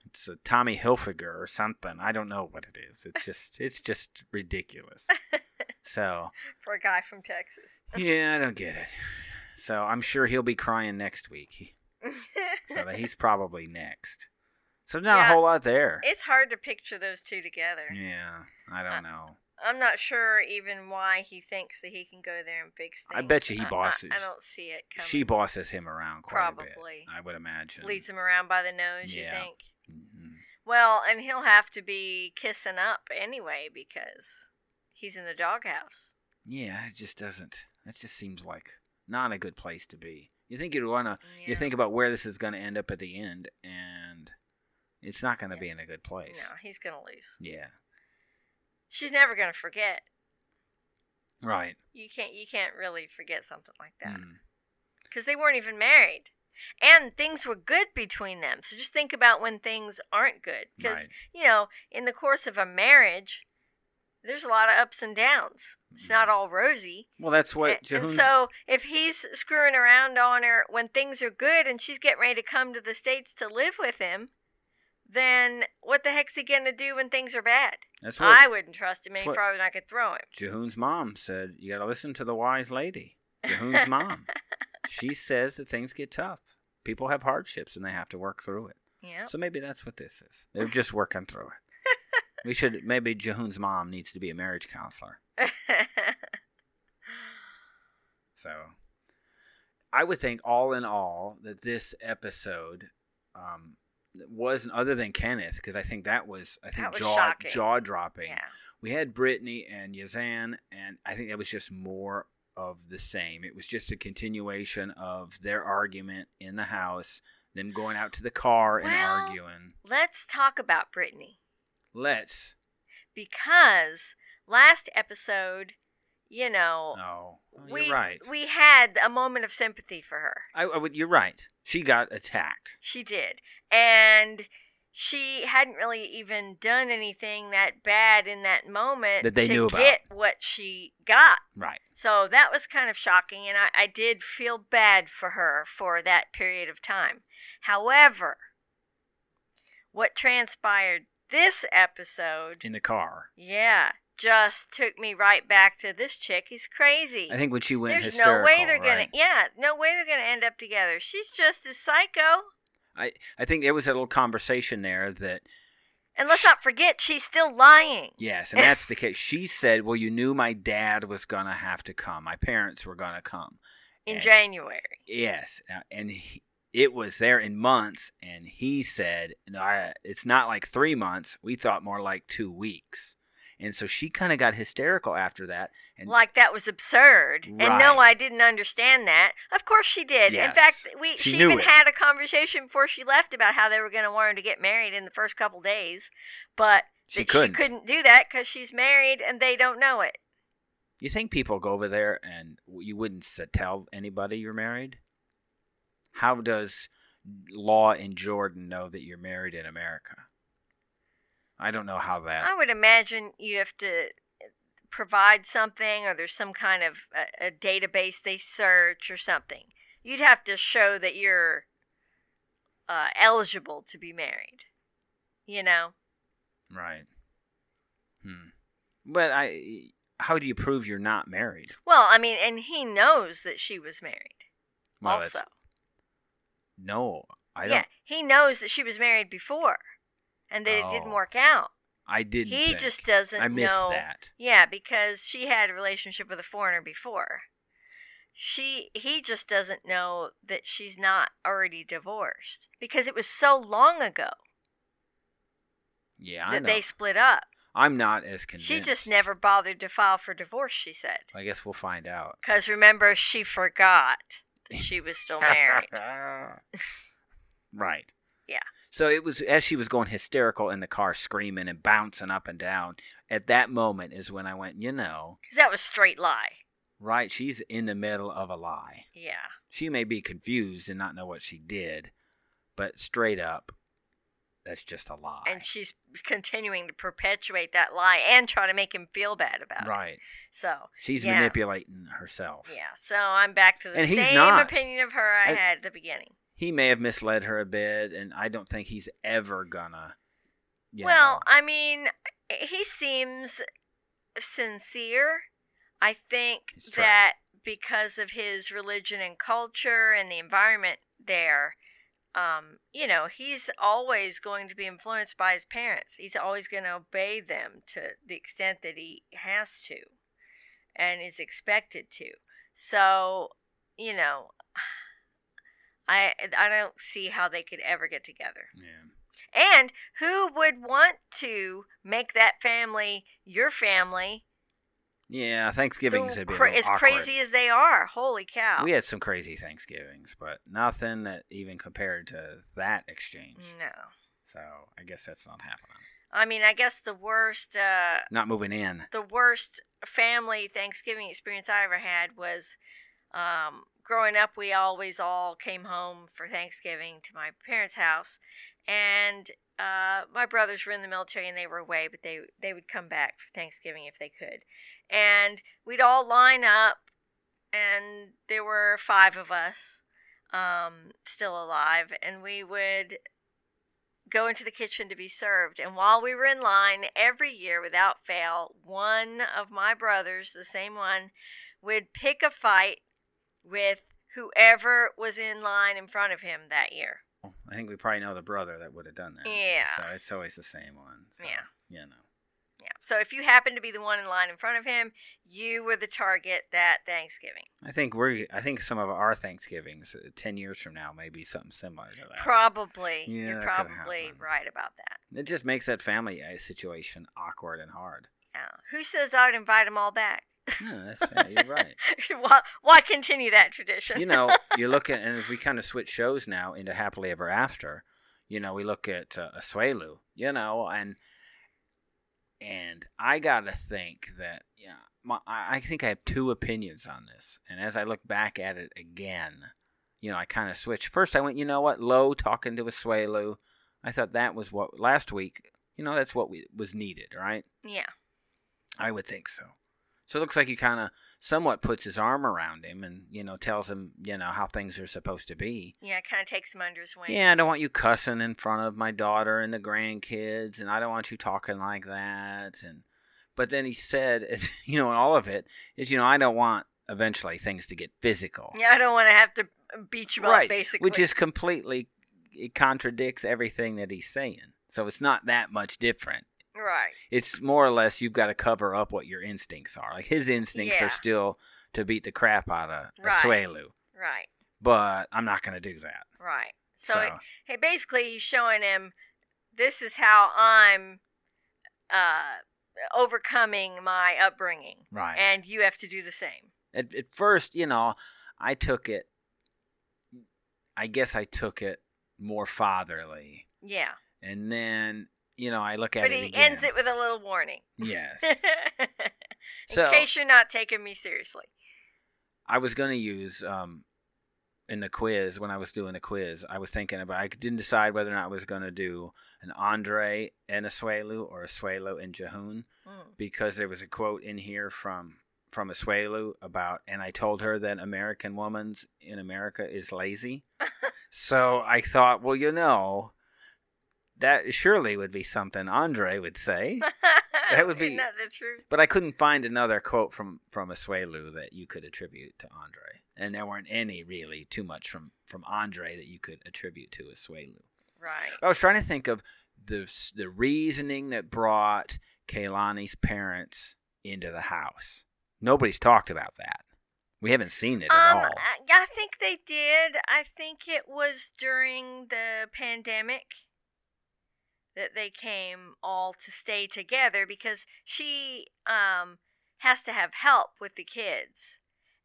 B: it's a Tommy Hilfiger or something. I don't know what it is. It's just it's just ridiculous. So
A: For a guy from Texas.
B: yeah, I don't get it. So I'm sure he'll be crying next week. He- So that he's probably next. So there's not
A: Yeah.
B: a whole lot there.
A: it's hard to picture those two together.
B: Yeah,
A: Uh,
B: I don't know.
A: I'm not sure even why he thinks that he can go there and fix things.
B: I bet you he
A: I- I-
B: bosses-
A: I, don't see it coming.
B: She bosses him around quite a
A: Probably.
B: bit. I would imagine.
A: leads him around by the nose.
B: Yeah.
A: You think?
B: Mhm.
A: Well, and he'll have to be kissing up anyway because he's in the doghouse.
B: Yeah, it just doesn't. That just seems like not a good place to be. You think you'd wanna you
A: Yeah.
B: think about where this is going to end up at the end, and it's not going to
A: Yeah.
B: be in a good place.
A: No, he's gonna lose.
B: Yeah.
A: She's never gonna forget.
B: Right.
A: You can't. You can't really forget something like that.
B: Mm.
A: because they weren't even married and things were good between them so just think about when things aren't good because
B: Right.
A: you know in the course of a marriage there's a lot of ups and downs it's
B: Mm.
A: not all rosy
B: Well, that's what
A: A- and,
B: Jehoon's.
A: so if he's screwing around on her when things are good and she's getting ready to come to the states to live with him then what the heck's he gonna do when things are bad
B: that's what
A: i wouldn't trust him
B: that's
A: and
B: what-
A: he's probably not gonna throw him
B: Jehoon's mom said. You got to listen to the wise lady. Jehoon's mom. She says that things get tough. People have hardships and they have to work through it.
A: yeah
B: So maybe that's what this is. They're just working through it. we should maybe Jehoon's mom needs to be a marriage counselor. So I would think, all in all, that this episode um, was other than Kenneth, because I think that was I think
A: That was
B: jaw
A: shocking.
B: jaw dropping.
A: yeah
B: We had Brittany and Yazan, and I think that was just more of the same. It was just a continuation of their argument in the house, them going out to the car and
A: Well-
B: arguing.
A: let's talk about brittany
B: Let's
A: because last episode, you know,
B: no, oh,
A: we
B: you're right.
A: we had a moment of sympathy for her.
B: I, I would. You're right. She got attacked.
A: She did, and she hadn't really even done anything that bad in that moment
B: That they
A: to
B: knew about.
A: get what she got.
B: Right.
A: So that was kind of shocking, and I, I did feel bad for her for that period of time. However, what transpired this episode
B: In the car.
A: Yeah, just took me right back to this chick. He's crazy.
B: I think when she went
A: There's no
B: hysterical.
A: way they're gonna.
B: right?
A: Yeah, no way they're gonna end up together. She's just as psycho.
B: I, I think there was a little conversation there that
A: And let's not forget, she's still lying.
B: yes, and that's the case. She said, "Well, you knew my dad was gonna have to come. My parents were gonna come."
A: In
B: And-
A: January.
B: Yes, uh, and he, it was there in months, and he said, "No, I, it's not like three months. We thought more like two weeks." And so she kind of got hysterical after that, and
A: Like that was absurd. And no,
B: Right.
A: I didn't understand that. Of course she did.
B: Yes.
A: In fact, we
B: She
A: she,
B: knew
A: even
B: it.
A: had a conversation before she left about how they were going to want her to get married in the first couple days, but
B: she
A: that
B: couldn't.
A: she couldn't do that cuz she's married and they don't know it.
B: You think people go over there and you wouldn't s- tell anybody you're married? How does Law in Jordan know that you're married in America? I don't know how
A: I
B: that.
A: would imagine you have to uh, provide something, or there's some kind of a, a database they search or something. You'd have to show that you're uh, eligible to be married. You know,
B: Right. Hmm. But I. How do you prove you're not married?
A: well, I mean, and he knows that she was married.
B: that's-
A: also,
B: no. I don't.
A: yeah, he knows that she was married before, and that it
B: Oh.
A: didn't work out.
B: I didn't.
A: he
B: think.
A: just doesn't
B: I missed
A: know.
B: that.
A: Yeah, because she had a relationship with a foreigner before. She he just doesn't know that she's not already divorced because it was so long ago
B: Yeah, I
A: that
B: know.
A: they split up.
B: I'm not as convinced.
A: She just never bothered to file for divorce, she said.
B: I guess we'll find out.
A: Cuz remember she forgot that she was still married.
B: right.
A: Yeah.
B: So it was as she was going hysterical in the car, screaming and bouncing up and down. At that moment is when I went, you know,
A: Cuz that was straight lie.
B: right? She's in the middle of a lie.
A: Yeah.
B: She may be confused and not know what she did, but straight up, that's just a lie.
A: And she's continuing to perpetuate that lie and try to make him feel bad about it.
B: right.
A: So
B: She's
A: yeah.
B: manipulating herself.
A: Yeah. So I'm back to the
B: And he's
A: same
B: not.
A: opinion of her I
B: And-
A: had at the beginning.
B: He may have misled her a bit, and I don't think he's ever gonna. you
A: well,
B: know,
A: I mean, he seems sincere. I think
B: He's try-
A: that because of his religion and culture and the environment there, um, you know, he's always going to be influenced by his parents. He's always going to obey them to the extent that he has to and is expected to. So, you know, I I don't see how they could ever get together.
B: yeah.
A: And who would want to make that family your family?
B: Yeah, Thanksgiving's
A: who
B: a bit
A: cra-
B: a little
A: as
B: awkward.
A: crazy as they are. Holy cow.
B: We had some crazy Thanksgivings, but nothing that even compared to that exchange.
A: no.
B: So I guess that's not happening.
A: I mean, I guess the worst uh
B: Not moving in.
A: the worst family Thanksgiving experience I ever had was um growing up we always all came home for Thanksgiving to my parents' house and uh, my brothers were in the military and they were away, but they they would come back for Thanksgiving if they could. And we'd all line up and there were five of us um, still alive, and we would go into the kitchen to be served. And while we were in line, every year without fail, one of my brothers, the same one, would pick a fight with whoever was in line in front of him that year.
B: I think we probably know the brother that would have done that.
A: Yeah.
B: So it's always the same one. So,
A: Yeah.
B: You know.
A: Yeah. So if you happened to be the one in line in front of him, you were the target that Thanksgiving.
B: I think we're. I think some of our Thanksgivings uh, ten years from now may be something similar to that.
A: Probably.
B: Yeah,
A: You're
B: that could
A: probably
B: happen.
A: right about that.
B: it just makes that family uh, situation awkward and hard.
A: Yeah. Who says I'd invite them all back?
B: No, that's yeah, you're right.
A: why, why continue that tradition?
B: You know, you look at and if we kind of switch shows now into happily ever after. You know, we look at uh, Asuelu. You know, and and I gotta think that yeah, my, I I think I have two opinions on this. And as I look back at it again, you know, I kind of switched. First, I went, you know what, low talking to Asuelu. I thought that was what last week. You know, that's what we, was needed, right?
A: yeah.
B: I would think so. So it looks like he kind of somewhat puts his arm around him and, you know, tells him, you know, how things are supposed to be.
A: Yeah, kind of takes him under his wing.
B: Yeah, I don't want you cussing in front of my daughter and the grandkids, and I don't want you talking like that. And but then he said, you know, in all of it is, you know, I don't want eventually things to get physical.
A: Yeah, I don't want to have to uh, beat you
B: right,
A: up, basically.
B: which is completely it contradicts everything that he's saying. So it's not that much different
A: right.
B: it's more or less you've got to cover up what your instincts are. Like his instincts
A: Yeah.
B: are still to beat the crap out of
A: Right.
B: Asuelu,
A: Right.
B: but I'm not going to do that.
A: Right. So,
B: So,
A: hey, basically, he's showing him this is how I'm uh, overcoming my upbringing,
B: right.
A: and you have to do the same.
B: at, at first, you know, I took it. I guess I took it more fatherly,
A: Yeah.
B: and then you know I look at
A: But
B: it
A: he
B: again.
A: ends it with a little warning.
B: yes.
A: In
B: so
A: case you're not taking me seriously.
B: I was going to use um, in the quiz when I was doing the quiz. I was thinking about. I didn't decide whether or not I was going to do an Andre and Asuelu or Asuelu and Jehun
A: Mm.
B: because there was a quote in here from from Asuelu about, and I told her that American woman's in America is lazy. so I thought, well, you know, that surely would be something Andre would say. That would
A: Isn't
B: be-
A: that the truth.
B: But I couldn't find another quote from from Asuelu that you could attribute to Andre, and there weren't any really too much from from Andre that you could attribute to Asuelu.
A: Right.
B: I was trying to think of the s- the reasoning that brought Kaylani's parents into the house. Nobody's talked about that. We haven't seen it at
A: um,
B: all.
A: I, I think they did. I think it was during the pandemic that they came all to stay together because she um, has to have help with the kids,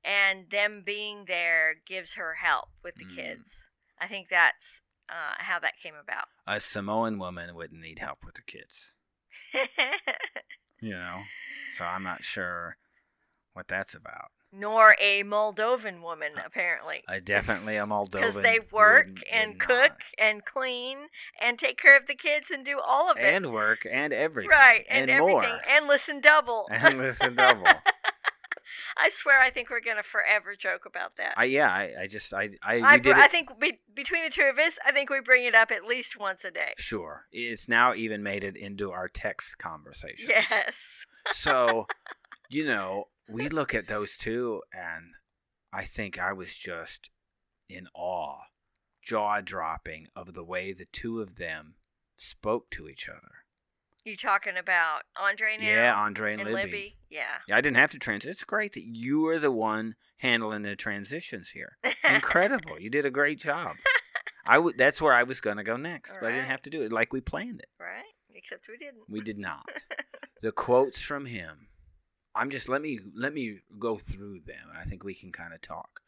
A: and them being there gives her help with the
B: Mm.
A: kids. I think that's uh, how that came about.
B: A Samoan woman wouldn't need help with the kids, you know. So I'm not sure what that's about.
A: nor a Moldovan woman, apparently.
B: I definitely am Moldovan.
A: Because they work
B: would-
A: and
B: would
A: cook
B: not.
A: and clean and take care of the kids and do all of it.
B: and work and everything,
A: right, and, everything.
B: more,
A: And listen double.
B: and listen double.
A: I swear, I think we're going to forever joke about that.
B: I yeah, I, I just I I,
A: I,
B: we did
A: br- I
B: it.
A: think be, between the two of us, I think we bring it up at least once a day.
B: Sure, it's now even made it into our text conversation.
A: Yes.
B: so you know we look at those two and i think i was just in awe jaw dropping of the way the two of them spoke to each other
A: You talking about Andre now?
B: yeah andre and,
A: and
B: libby,
A: Libby. Yeah.
B: Yeah, i didn't have to transit it's great that you were the one handling the transitions here incredible you did a great job i would that's where i was going to go next but i didn't
A: Alright.
B: have to do it like we planned it
A: right? Except we didn't.
B: we did not the quotes from him i'm just let me let me go through them and i think we can kind of talk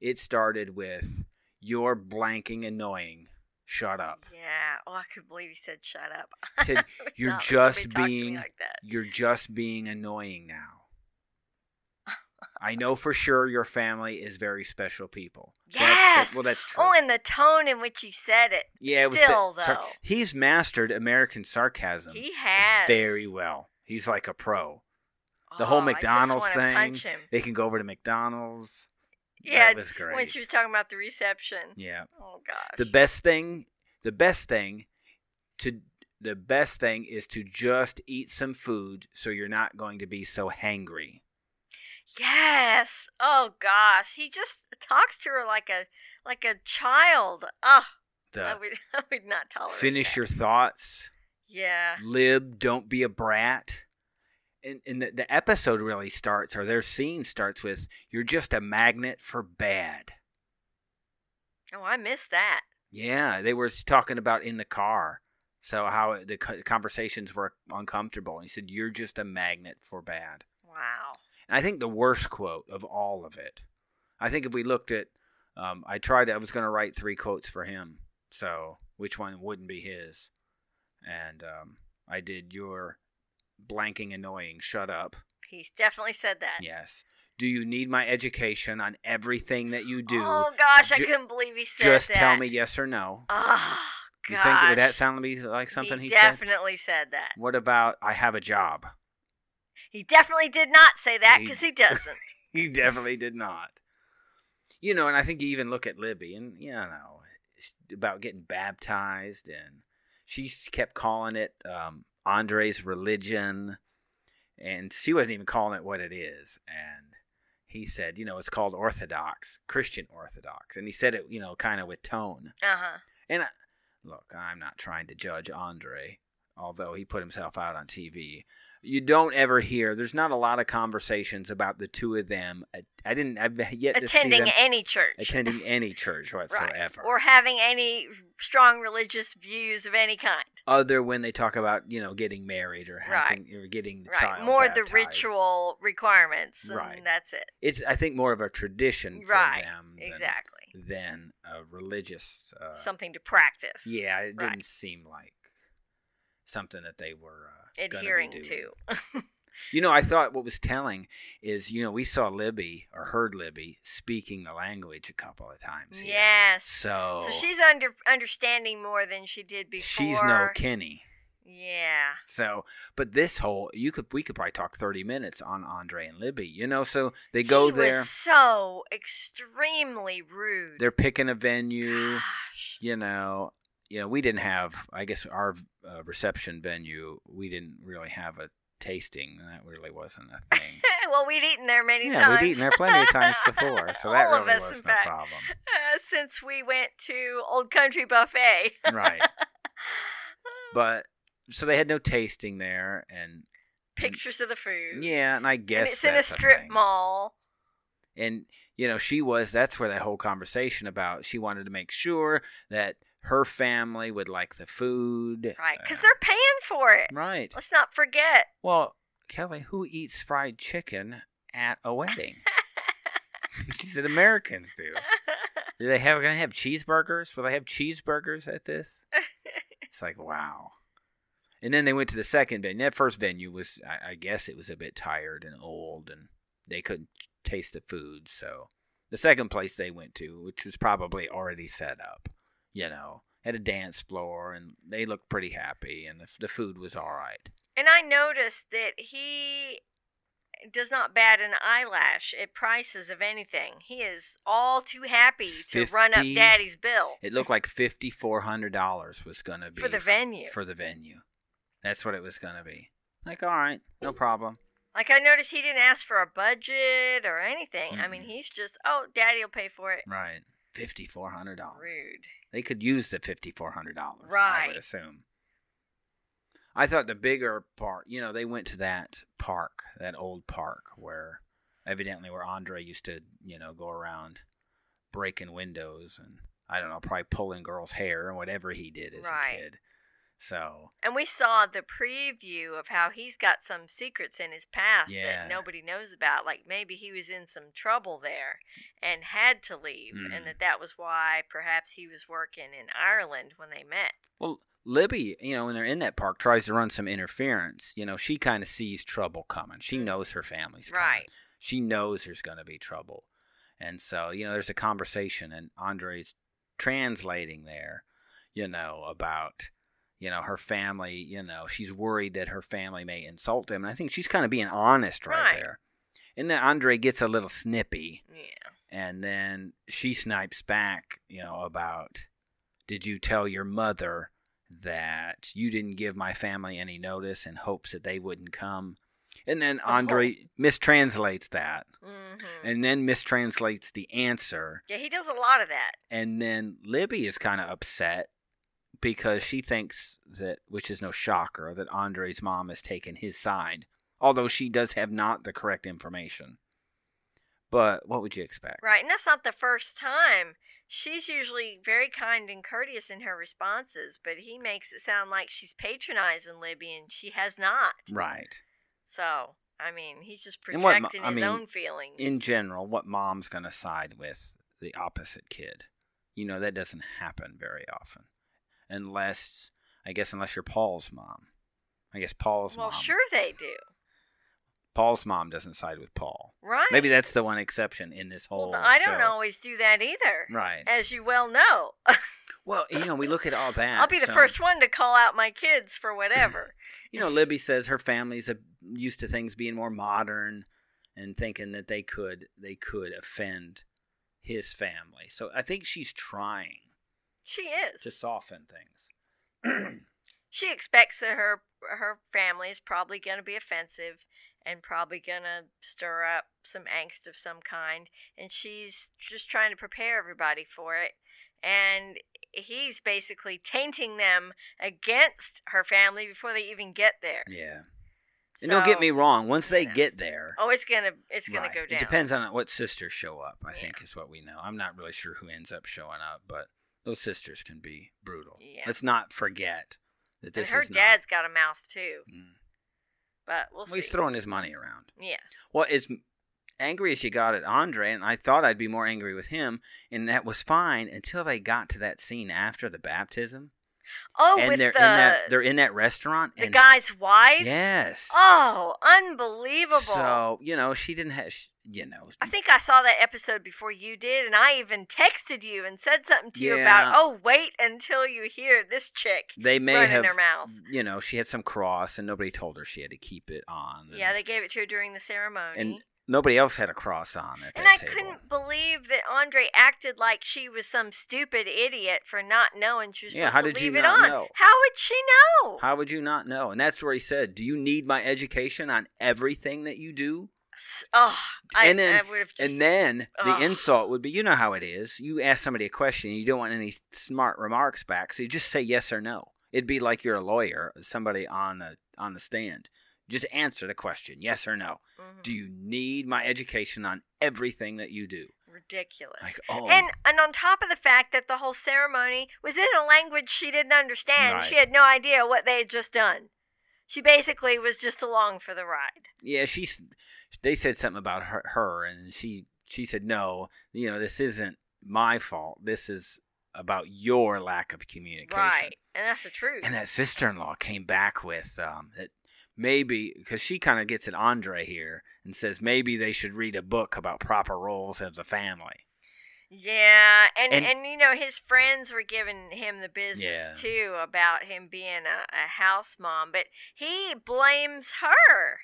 B: it started with you're blanking annoying shut up
A: Yeah. Oh, I could believe he said shut up.
B: He said you're
A: Not when
B: just
A: somebody talked to me
B: being
A: like that.
B: you're just being annoying now i know for sure your family is very special people That's-
A: Yes!
B: well that's true
A: Oh, and the tone in which he said it.
B: yeah it was
A: still,
B: the, sar-
A: though.
B: he's mastered american sarcasm
A: He has.
B: very well he's like a pro the whole
A: Oh, I just
B: McDonald's
A: wanna
B: thing.
A: Punch him.
B: They can go over to McDonald's.
A: Yeah,
B: that was great.
A: when she was talking about the reception.
B: yeah,
A: Oh gosh.
B: the best thing, the best thing, to the best thing is to just eat some food so you're not going to be so hangry.
A: Yes. Oh gosh. He just talks to her like a like a child. Oh, I
B: The
A: would I would not tolerate.
B: finish
A: that.
B: your thoughts,
A: Yeah.
B: lib. Don't be a brat. And, and the, the episode really starts, or their scene starts with, "You're just a magnet for bad."
A: Oh, I missed that.
B: Yeah, they were talking about in the car. So how the co- conversations were uncomfortable. And he said, "You're just a magnet for bad."
A: Wow.
B: And I think the worst quote of all of it. I think if we looked at, um, I tried. I was going to write three quotes for him. So which one wouldn't be his? And um, I did your blanking annoying. Shut up.
A: He definitely said that.
B: Yes. Do you need my education on everything that you do?
A: Oh gosh, I
B: Ju-
A: couldn't believe he said
B: Just
A: that.
B: tell me yes or no.
A: Oh gosh.
B: You think would that sound to me like something he, said?
A: definitely said that.
B: What about I have a job?
A: He definitely did not say that
B: He-
A: because he doesn't.
B: He definitely did not. You know, and I think you even look at Libby and you know about getting baptized, and she s- kept calling it um, Andre's religion, and she wasn't even calling it what it is. And he said, you know, it's called Orthodox Christian Orthodox, and he said it, you know, kind of with tone.
A: Uh huh.
B: And I, look, I'm not trying to judge Andre, although he put himself out on TV. You don't ever hear. There's not a lot of conversations about the two of them. I, I didn't. I've yet to see
A: Attending
B: them
A: any church.
B: attending any church whatsoever.
A: Or having any strong religious views of any kind.
B: other when they talk about you know getting married or
A: Right.
B: having or getting the
A: Right.
B: child
A: More the
B: baptized.
A: ritual requirements. And
B: Right.
A: That's it.
B: It's I think more of a tradition for
A: Right,
B: them than,
A: Exactly.
B: than a religious uh,
A: Something to practice.
B: Yeah, it
A: Right.
B: didn't seem like something that they were uh, gonna be
A: Adhering
B: doing.
A: to.
B: You know, I thought what was telling is, you know, we saw Libby or heard Libby speaking the language a couple of times. here.
A: Yes.
B: So,
A: So she's under understanding more than she did before.
B: she's no Kenny.
A: Yeah.
B: So, but this whole you could we could probably talk thirty minutes on Andre and Libby. You know, so they go
A: he
B: there.
A: Was so extremely rude.
B: They're picking a venue.
A: Gosh.
B: You know, you know, we didn't have. I guess our uh, reception venue. We didn't really have a tasting. That really wasn't a thing.
A: well, we'd eaten there many
B: yeah,
A: times.
B: we've eaten there plenty of times before, so that
A: All of
B: really
A: us, in
B: wasn't a
A: fact.
B: problem.
A: Uh, since we went to Old Country Buffet.
B: Right. But so they had no tasting there, and
A: Pictures of the food.
B: yeah, and I
A: And
B: guess
A: it's in a
B: that's
A: strip
B: thing.
A: mall.
B: And you know, she was that's where that whole conversation about she wanted to make sure that her family would like the food,
A: Right. Because
B: uh,
A: they're paying for it.
B: right.
A: Let's not forget.
B: Well, Kelly, who eats fried chicken at a wedding? she said Americans do. Do they have gonna have cheeseburgers? Will they have cheeseburgers at this? it's like wow. And then they went to the second venue. That first venue was, I, I guess, it was a bit tired and old, and they couldn't taste of food. So the second place they went to, which was probably already set up, you know, had a dance floor and they looked pretty happy and the, the food was all right.
A: And I noticed that he does not bat an eyelash at prices of anything. He is all too happy to run up
B: 50
A: daddy's bill.
B: It looked like fifty four hundred dollars was gonna be
A: For the venue.
B: For the venue, that's what it was gonna be. Like, all right, no problem.
A: Like I noticed he didn't ask for a budget or anything. I mean,
B: Mm-mm.
A: he's just, "Oh, daddy'll pay for it."
B: Right, fifty four hundred dollars.
A: Rude.
B: They could use the fifty four hundred dollars. I
A: Right.
B: would assume. I thought the bigger part, you know, they went to that park, that old park where evidently where Andre used to, you know, go around breaking windows and I don't know, probably pulling girls' hair and whatever he did as
A: Right.
B: a kid. So
A: And we saw the preview of how he's got some secrets in his past
B: Yeah.
A: that nobody knows about. Like maybe he was in some trouble there and had to leave,
B: Mm.
A: and that that was why perhaps he was working in Ireland when they met.
B: Well, Libby, you know, when they're in that park, tries to run some interference. You know, she kind of sees trouble coming. She
A: Mm.
B: knows her family's coming.
A: Right.
B: She knows there's going to be trouble. And so, you know, there's a conversation, and Andre's translating there, you know, about, you know, her family, you know, she's worried that her family may insult them. And I think she's kind of being honest right,
A: Right.
B: there. And then Andre gets a little snippy
A: Yeah.
B: and then she snipes back, you know, about did you tell your mother that you didn't give my family any notice in hopes that they wouldn't come? And then
A: Oh.
B: Andre mistranslates that
A: hmm
B: and then mistranslates the answer.
A: yeah, he does a lot of that.
B: And then Libby is kind of upset because she thinks that, which is no shocker, that Andre's mom has taken his side, although she does have not the correct information. But what would you expect?
A: Right, and that's not the first time. She's usually very kind and courteous in her responses, but he makes it sound like she's patronizing Libby, and she has not.
B: Right.
A: So, I mean, he's just
B: And what mo-
A: projecting
B: I
A: his
B: mean,
A: own feelings.
B: in general, what mom's going to side with the opposite kid. You know, that doesn't happen very often. Unless, I guess, unless you're Paul's mom. I guess Paul's
A: well,
B: mom.
A: sure they do.
B: Paul's mom doesn't side with Paul.
A: Right.
B: Maybe that's the one exception in this whole
A: Well, I don't
B: show.
A: always do that either,
B: Right.
A: as you well know.
B: Well, you know, we look at all that.
A: I'll be the
B: so-
A: first one to call out my kids for whatever.
B: You know, Libby says her family's a, used to things being more modern and thinking that they could they could offend his family. So I think she's trying
A: she is.
B: to soften things.
A: she expects that her her family is probably going to be offensive and probably going to stir up some angst of some kind and she's just trying to prepare everybody for it and he's basically tainting them against her family before they even get there
B: yeah. And don't get
A: So-
B: me wrong. Once they
A: yeah.
B: get there,
A: oh it's going to it's going
B: right,
A: to go down
B: It depends on what sisters show up. I
A: Yeah.
B: think is what we know. I'm not really sure who ends up showing up, but those sisters can be brutal.
A: Yeah.
B: Let's not forget that
A: and
B: this
A: her
B: is
A: dad's got a mouth too
B: Not, Mm.
A: but we'll
B: Well, he's
A: see
B: throwing his money around.
A: yeah
B: Well, as angry as you got at Andre, and I thought I'd be more angry with him, and that was fine until they got to that scene after the baptism,
A: oh
B: and
A: with
B: they're
A: the
B: in that they're in that restaurant,
A: the
B: and
A: guy's wife
B: yes,
A: oh unbelievable
B: so you know she didn't have, sh you know,
A: I think I saw that episode before you did, and I even texted you and said something to you
B: Yeah.
A: about, oh, wait until you hear this chick.
B: they may
A: run in
B: have
A: their mouth.
B: you know she had some cross and nobody told her she had to keep it on and,
A: Yeah, they gave it to her during the ceremony.
B: and nobody else had a cross on at
A: And I
B: that table.
A: couldn't believe that Andre acted like she was some stupid idiot for not knowing she was
B: Yeah,
A: supposed
B: how
A: to
B: did you
A: leave it
B: not
A: on.
B: know?
A: How would she know?
B: how would you not know and that's where he said do you need my education on everything that you do
A: S- Oh, I,
B: And then-
A: I would have just.
B: and then the
A: Ugh.
B: insult would be you know how it is you ask somebody a question and you don't want any smart remarks back so you just say yes or no it'd be like you're a lawyer somebody on the on the stand just answer the question yes or no
A: Mhm.
B: do you need my education on everything that you do
A: Ridiculous.
B: like oh
A: And and on top of the fact that the whole ceremony was in a language she didn't understand,
B: Right.
A: she had no idea what they had just done. She basically was just along for the ride.
B: Yeah, she's. They said something about her, her, and she she said, "No, you know, this isn't my fault. This is about your lack of communication."
A: Right. And that's the truth.
B: And that sister-in-law came back with um, that maybe because she kind of gets at Andre here and says maybe they should read a book about proper roles as a family.
A: Yeah, and,
B: And-
A: and you know his friends were giving him the business
B: Yeah.
A: too about him being a, a house mom, but he blames her.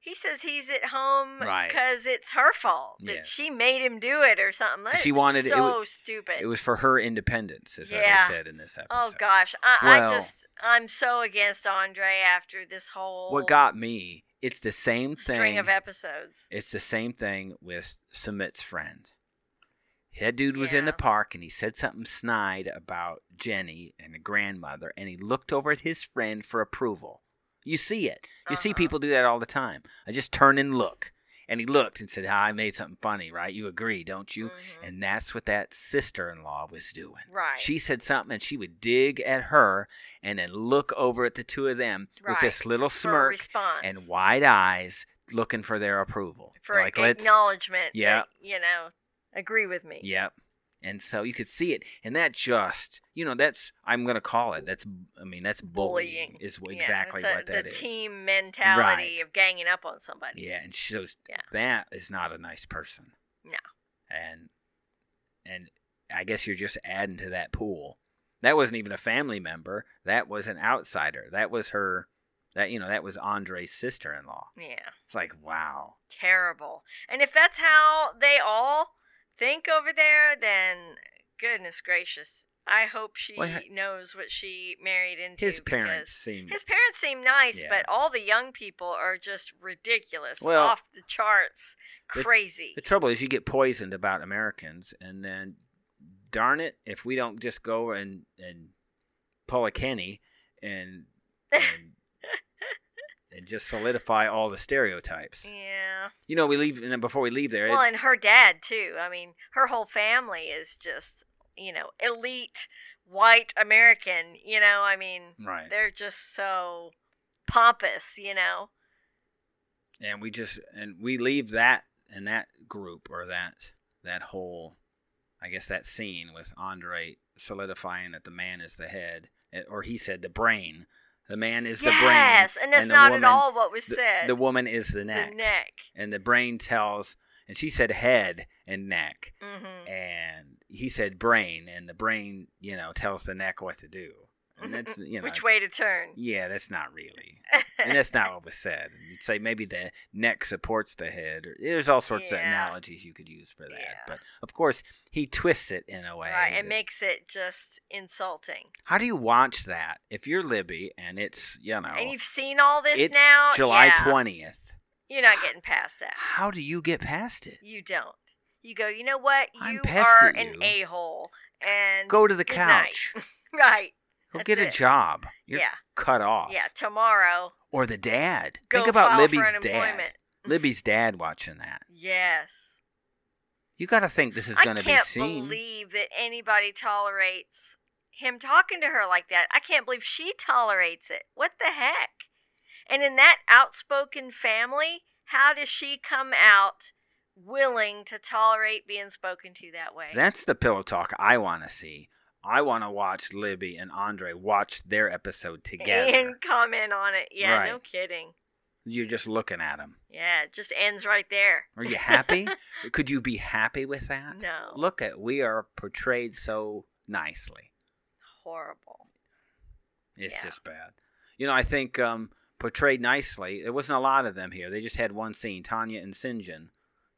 A: He says he's at home
B: Right.
A: because it's her fault that
B: Yeah.
A: she made him do it or something. That
B: She
A: is
B: wanted- it
A: so
B: wa-
A: stupid.
B: It was for her independence, is
A: Eh. Yeah.
B: what they said in this episode.
A: oh gosh, I,
B: Well-
A: I just I'm so against Andre after this whole
B: What got me? It's the same thing.
A: string of episodes.
B: It's the same thing with Sumit's friend. That dude was in the
A: Yeah.
B: park and he said something snide about Jenny and the grandmother, and he looked over at his friend for approval. You see it. You see
A: Uh-huh.
B: people do that all the time. I just turn and look. And he looked and said, ah, I made something funny, right? You agree, don't you?
A: Mhm.
B: And that's what that sister in law was doing.
A: Right.
B: She said something and she would dig at her and then look over at the two of them
A: Right.
B: with this little
A: For a
B: smirk
A: response.
B: and wide eyes looking for their approval.
A: for
B: like let's
A: acknowledgement.
B: Yeah.
A: that, you know, agree with me.
B: Yep. And so you could see it and that just, you know, that's I'm going to call it. That's I mean, that's bullying,
A: bullying
B: is wh-
A: Yeah,
B: exactly
A: it's a-
B: what that
A: the
B: is.
A: team mentality
B: Right.
A: of ganging up on somebody.
B: Yeah, and shows
A: Yeah.
B: that is not a nice person.
A: No.
B: And and I guess you're just adding to that pool. That wasn't even a family member. That was an outsider. That was her that you know, that was Andre's sister in law.
A: Yeah,
B: It's like, wow.
A: terrible. And if that's how they all think over there, then goodness gracious, I hope she
B: Well, he-
A: knows what she married into.
B: His parents
A: because
B: seem
A: His parents seem nice,
B: Mm. Yeah.
A: but all the young people are just ridiculous,
B: Well,
A: off the charts,
B: the-
A: crazy.
B: The trouble is, you get poisoned about Americans, and then, darn it, if we don't just go and and pull a Kenny and and, and just solidify all the stereotypes.
A: yeah.
B: You know, we leave, and then before we leave there, it-
A: Well, and her dad too. I mean, her whole family is just, you know, elite white American, you know, I mean,
B: right?
A: they're just so pompous, you know.
B: And we just and we leave that and that group or that that whole, I guess that scene with Andre solidifying that the man is the head, eh, or he said the brain. The man is the brain.
A: yes, and that's
B: the
A: not
B: woman-
A: at all what was
B: the,
A: said.
B: the woman is the
A: The
B: neck.
A: neck.
B: And the brain tells, and she said head and neck.
A: Mhm.
B: And he said brain, and the brain, you know, tells the neck what to do. And that's, you know,
A: Which way to turn?
B: yeah, that's not really. And that's not what was said. You'd say maybe the neck supports the head. Or, there's all sorts of
A: Yeah.
B: analogies you could use for that.
A: Yeah.
B: But of course, he twists it in a way.
A: right, it
B: that-
A: makes it just insulting.
B: how do you watch that if you're Libby and it's, you know,
A: And you've seen all this
B: it's
A: now?
B: July
A: Yeah.
B: 20th?
A: You're not getting past that.
B: How do you get past it?
A: You don't. You go, you know what?
B: I'm
A: You
B: pissed
A: are
B: at
A: an
B: you.
A: a hole. And
B: Go to the
A: good night.
B: couch.
A: Right.
B: Go
A: That's
B: get a
A: it.
B: job. You're
A: Yeah.
B: cut off.
A: Yeah. Tomorrow.
B: Or the dad.
A: Go
B: Think about
A: file
B: Libby's
A: for unemployment.
B: dad. Libby's dad watching that.
A: Yes.
B: You got to think this is
A: I
B: going to be
A: can't
B: seen.
A: believe that anybody tolerates him talking to her like that. I can't believe she tolerates it. What the heck? And in that outspoken family, how does she come out willing to tolerate being spoken to that way?
B: That's the pillow talk I want to see. I want to watch Libby and Andre watch their episode together.
A: and comment on it. Yeah, no
B: Right.
A: kidding.
B: You're just looking at them.
A: Yeah, it just ends right there.
B: Are you happy? Could you be happy with that?
A: No.
B: Look at we are portrayed so nicely.
A: Horrible.
B: It's
A: Yeah.
B: just bad. You know, I think um, portrayed nicely. There wasn't a lot of them here. They just had one scene, Tanya and Sinjin.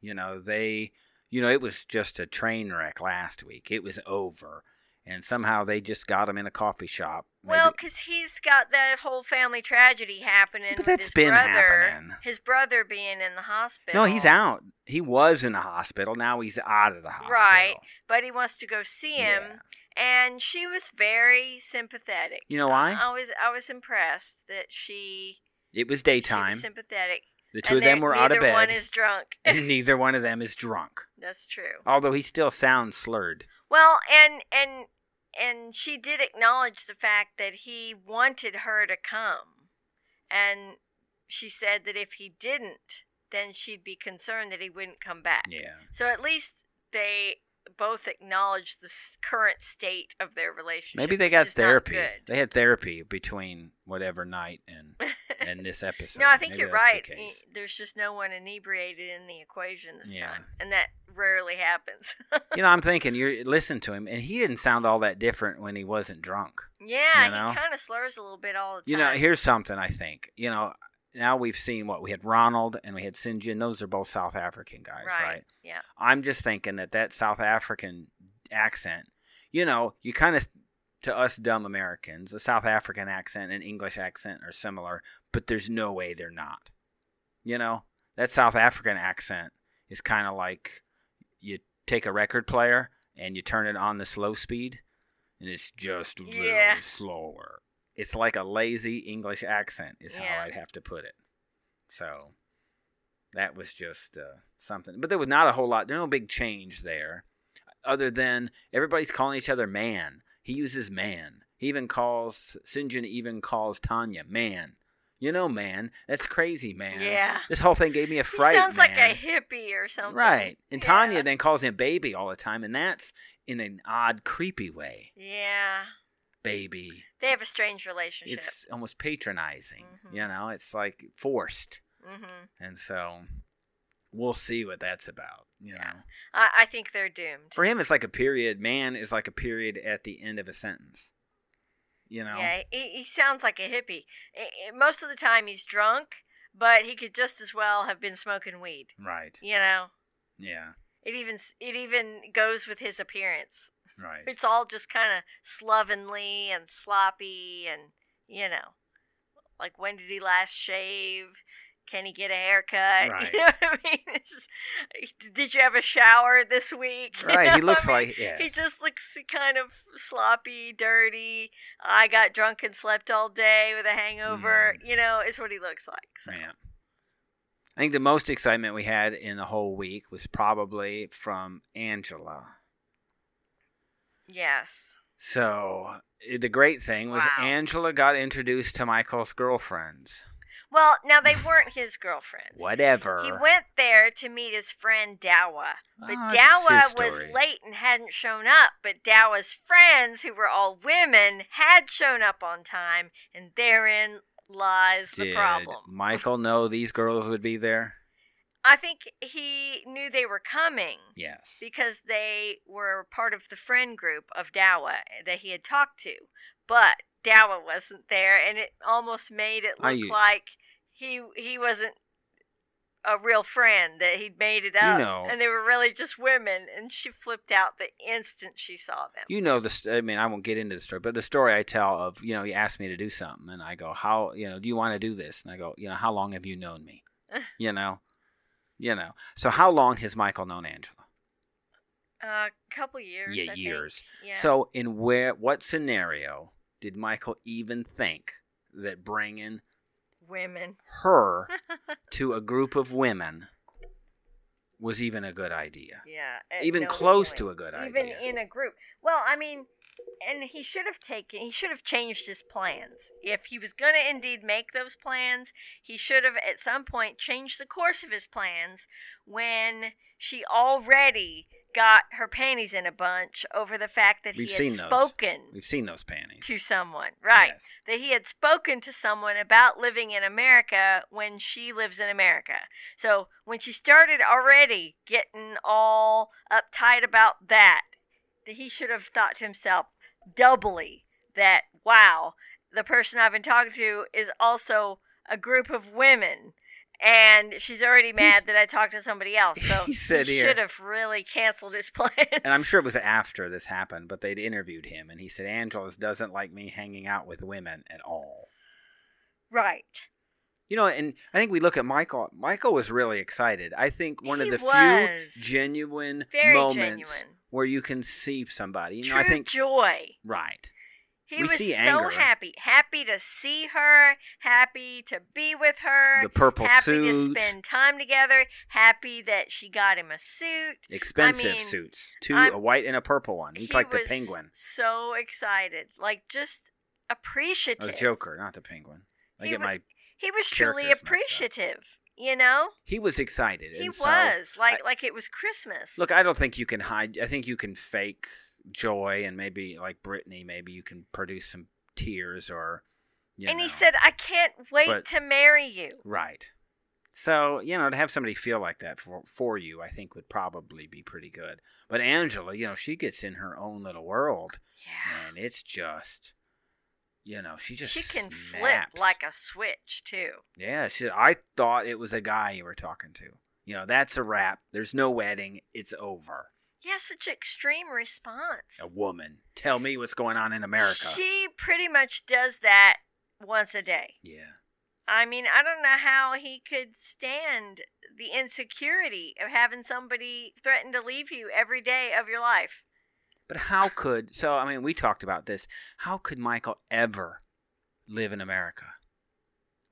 B: You know, they, you know, it was just a train wreck last week. It was over, and somehow they just got him in a coffee shop.
A: Well,
B: Maybe-
A: because he's got that whole family tragedy happening.
B: But
A: with
B: that's
A: his
B: been
A: brother,
B: happening.
A: His brother being in the hospital.
B: no, he's out. He was in the hospital. Now he's out of the hospital.
A: Right. But he wants to go see him,
B: Yeah.
A: and she was very sympathetic.
B: You know why?
A: I was I was impressed that she,
B: It was
A: she
B: daytime.
A: was sympathetic.
B: the two
A: and
B: of them
A: that
B: were out of
A: neither
B: bed,
A: One is drunk.
B: and neither one of them is drunk.
A: that's true.
B: Although he still sounds slurred.
A: Well, and and and she did acknowledge the fact that he wanted her to come, and she said that if he didn't, then she'd be concerned that he wouldn't come back.
B: Yeah.
A: So at least they both acknowledged the s- current state of their relationship.
B: Maybe they
A: which
B: got
A: is not
B: therapy.
A: good.
B: They had therapy between whatever night and in this episode.
A: No, I think
B: Maybe
A: you're
B: that's the
A: right.
B: case.
A: Y- There's just no one inebriated in the equation this
B: Yeah.
A: time, and that rarely happens.
B: You know, I'm thinking you listen to him, and he didn't sound all that different when he wasn't drunk.
A: yeah,
B: You know?
A: he kind of slurs a little bit all the time.
B: You know, here's something I think. You know, now we've seen what we had Ronald and we had Sinjin. Those are both South African guys, right?
A: right? Yeah,
B: I'm just thinking that that South African accent, you know, you kind of to us dumb Americans, a South African accent and English accent are similar, but there's no way they're not. You know, that South African accent is kind of like you take a record player and you turn it on the slow speed, and it's just a little
A: Yeah.
B: slower. It's like a lazy English accent, is
A: Yeah.
B: how I'd have to put it. So that was just uh, something. But there was not a whole lot. There's no big change there, other than everybody's calling each other man. He uses man. He even calls Sinjin. Even calls Tanya man. You know, man. That's crazy, man.
A: yeah.
B: This whole thing gave me a fright.
A: he sounds like
B: man.
A: a hippie or something.
B: Right. And
A: Yeah.
B: Tanya then calls him baby all the time, and that's in an odd, creepy way.
A: Yeah,
B: Baby.
A: they have a strange relationship.
B: It's almost patronizing.
A: Mhm.
B: You know, it's like forced.
A: hmm
B: And so we'll see what that's about, you
A: Yeah.
B: know.
A: I, I think they're doomed.
B: For him it's like a period. Man is like a period at the end of a sentence. You know?
A: Yeah, he, he sounds like a hippie. I- I- most of the time, he's drunk, but he could just as well have been smoking weed.
B: Right.
A: You know,
B: Yeah.
A: it even s- it even goes with his appearance.
B: Right.
A: It's all just kind of slovenly and sloppy, and you know, like when did he last shave? Can he get a haircut?
B: Right.
A: You know what I mean? It's just- did you have a shower this week? You
B: Right. He
A: know
B: looks
A: what I mean?
B: like yeah.
A: He just looks kind of sloppy, dirty. I got drunk and slept all day with a hangover.
B: Mm.
A: You know, is what he looks like. So.
B: Yeah. I think the most excitement we had in the whole week was probably from Angela.
A: Yes.
B: So eh, the great thing was
A: Wow.
B: Angela got introduced to Michael's girlfriends.
A: Well, now they weren't his girlfriends.
B: Whatever.
A: He went there to meet his friend Dawa. But
B: Ah, it's his
A: Dawa was
B: story.
A: late and hadn't shown up, but Dawa's friends, who were all women, had shown up on time, and therein lies
B: Did
A: the problem.
B: Michael know these girls would be there?
A: I think he knew they were coming.
B: Yes.
A: because they were part of the friend group of Dawa eh, that he had talked to. But Dawa wasn't there, and it almost made it
B: Are
A: look
B: you-
A: like he he wasn't a real friend that he'd made it up,
B: know-
A: and they were really just women. And she flipped out the instant she saw them.
B: You know the. st- I mean, I won't get into the story, but the story I tell of you know you asked me to do something, and I go, how you know do you want to do this? And I go, you know, how long have you known me?
A: Eh.
B: you know, you know. So how long has Michael known Angela?
A: A couple years, I
B: yeah,
A: think.
B: years.
A: Yeah.
B: So, in where what scenario did Michael even think that bringing
A: women.
B: her to a group of women was even a good idea?
A: Yeah. uh,
B: Even
A: no
B: close
A: feeling.
B: to a good
A: even
B: idea.
A: in a group. Well, I mean, and he should have taken, he should have changed his plans. If he was going to indeed make those plans, he should have at some point changed the course of his plans when she already got her panties in a bunch over the fact that
B: We've
A: he had
B: seen those.
A: spoken
B: We've seen those panties.
A: to someone, right?
B: Yes.
A: That he had spoken to someone about living in America when she lives in America. So when she started already getting all uptight about that, that he should have thought to himself doubly that, wow, the person I've been talking to is also a group of women. And she's already mad that I talked to somebody else. So
B: he said here-
A: should have really canceled his plans.
B: And I'm sure it was after this happened, but they'd interviewed him, and he said, Angeles doesn't like me hanging out with women at all.
A: right.
B: You know, and I think we look at Michael. Michael was really excited. I think one
A: He
B: of the
A: was.
B: few genuine
A: Very
B: moments
A: genuine.
B: where you can see somebody. You know,
A: True
B: I think
A: joy.
B: right.
A: He
B: We
A: was
B: see
A: so
B: anger.
A: happy, happy to see her, happy to be with her,
B: The purple
A: happy to
B: suit,
A: spend time together, happy that she got him a suit.
B: expensive
A: I mean,
B: suits, 2
A: I'm-
B: a white and a purple one. He's
A: he
B: like the
A: was
B: penguin,
A: So excited, like just
B: or
A: appreciative.
B: the Joker, not the penguin. I
A: He
B: get
A: wa-
B: my.
A: He was truly
B: characters messed up.
A: appreciative. You know,
B: He was excited.
A: he
B: and so-
A: was like like it was Christmas.
B: Look, I don't think you can hide. I think you can fake joy and maybe like Britney, maybe you can produce some tears or you
A: and he
B: know.
A: said, I can't wait
B: But-
A: to marry you.
B: Right. So, you know, to have somebody feel like that for, for you, I think would probably be pretty good. But Angela, you know, she gets in her own little world
A: Yeah.
B: and it's just, you know, she just.
A: She can
B: snaps.
A: flip like a switch, too.
B: Yeah, she said, I thought it was a guy you were talking to. You know, that's a wrap. There's no wedding. It's over.
A: Yeah, such extreme response.
B: A woman, tell me what's going on in America.
A: She pretty much does that once a day.
B: yeah.
A: I mean, I don't know how he could stand the insecurity of having somebody threaten to leave you every day of your life.
B: But how could, so, I mean, we talked about this. How could Michael ever live in America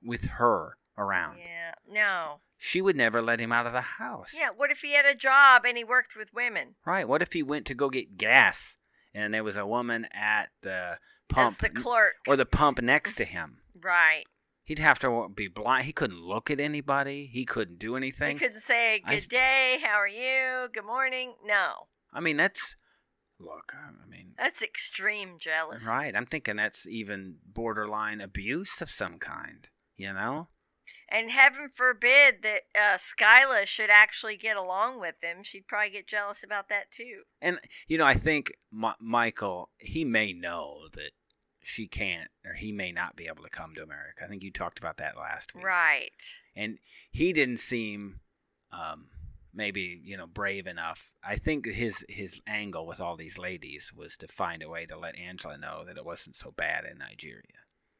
B: with her around?
A: Yeah, no.
B: She would never let him out of the house.
A: Yeah, what if he had a job and he worked with women?
B: Right. What if he went to go get gas and there was a woman at the
A: That's
B: pump
A: the clerk.
B: or the pump next to him?
A: right.
B: He'd have to be blind. He couldn't look at anybody. He couldn't do anything.
A: He couldn't say,
B: I-
A: good day, how are you, good morning. No,
B: I mean, that's look. I I mean,
A: that's extreme jealousy.
B: right. I'm thinking that's even borderline abuse of some kind. You know?
A: And heaven forbid that uh, Skyla should actually get along with him. She'd probably get jealous about that, too.
B: And you know, I think Mi- Michael he may know that she can't or he may not be able to come to America. I think you talked about that last week.
A: Right.
B: and he didn't seem um, maybe you know brave enough. I think his his angle with all these ladies was to find a way to let Angela know that it wasn't so bad in Nigeria.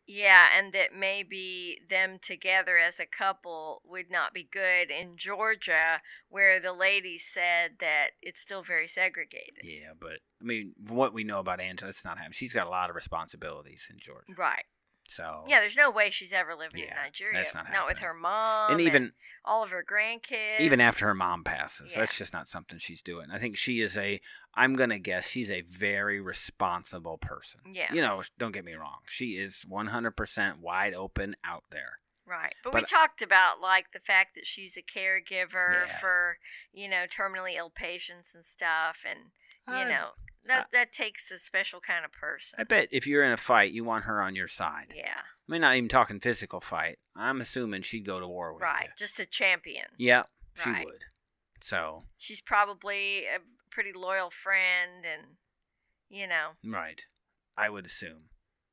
A: Yeah, and that maybe them together as a couple would not be good in Georgia, where the lady said that it's still very segregated.
B: Yeah, but I mean, from what we know about Angela, it's not happening. She's got a lot of responsibilities in Georgia,
A: Right.
B: so
A: Yeah, there's no way she's ever living in
B: Oh. Yeah,
A: Nigeria.
B: that's not
A: with
B: happening.
A: her mom.
B: and even
A: all of her grandkids.
B: even after her mom passes,
A: Yeah.
B: that's just not something she's doing. I think she is a. I'm gonna guess she's a very responsible person. You know,
A: Yes.
B: don't get me wrong. She is 100% wide open out there.
A: Right. But, we
B: But-
A: talked about like the fact that she's a caregiver
B: Yeah.
A: for, you know, terminally ill patients and stuff and you
B: I-
A: know, that that takes a special kind of person.
B: I bet if you're in a fight, you want her on your side.
A: yeah.
B: I mean, not even talking physical fight. I'm assuming she'd go to war with
A: Right. Just a champion.
B: you. Yeah, she
A: Right.
B: would. So,
A: She's probably a pretty loyal friend and you know.
B: right. I would assume.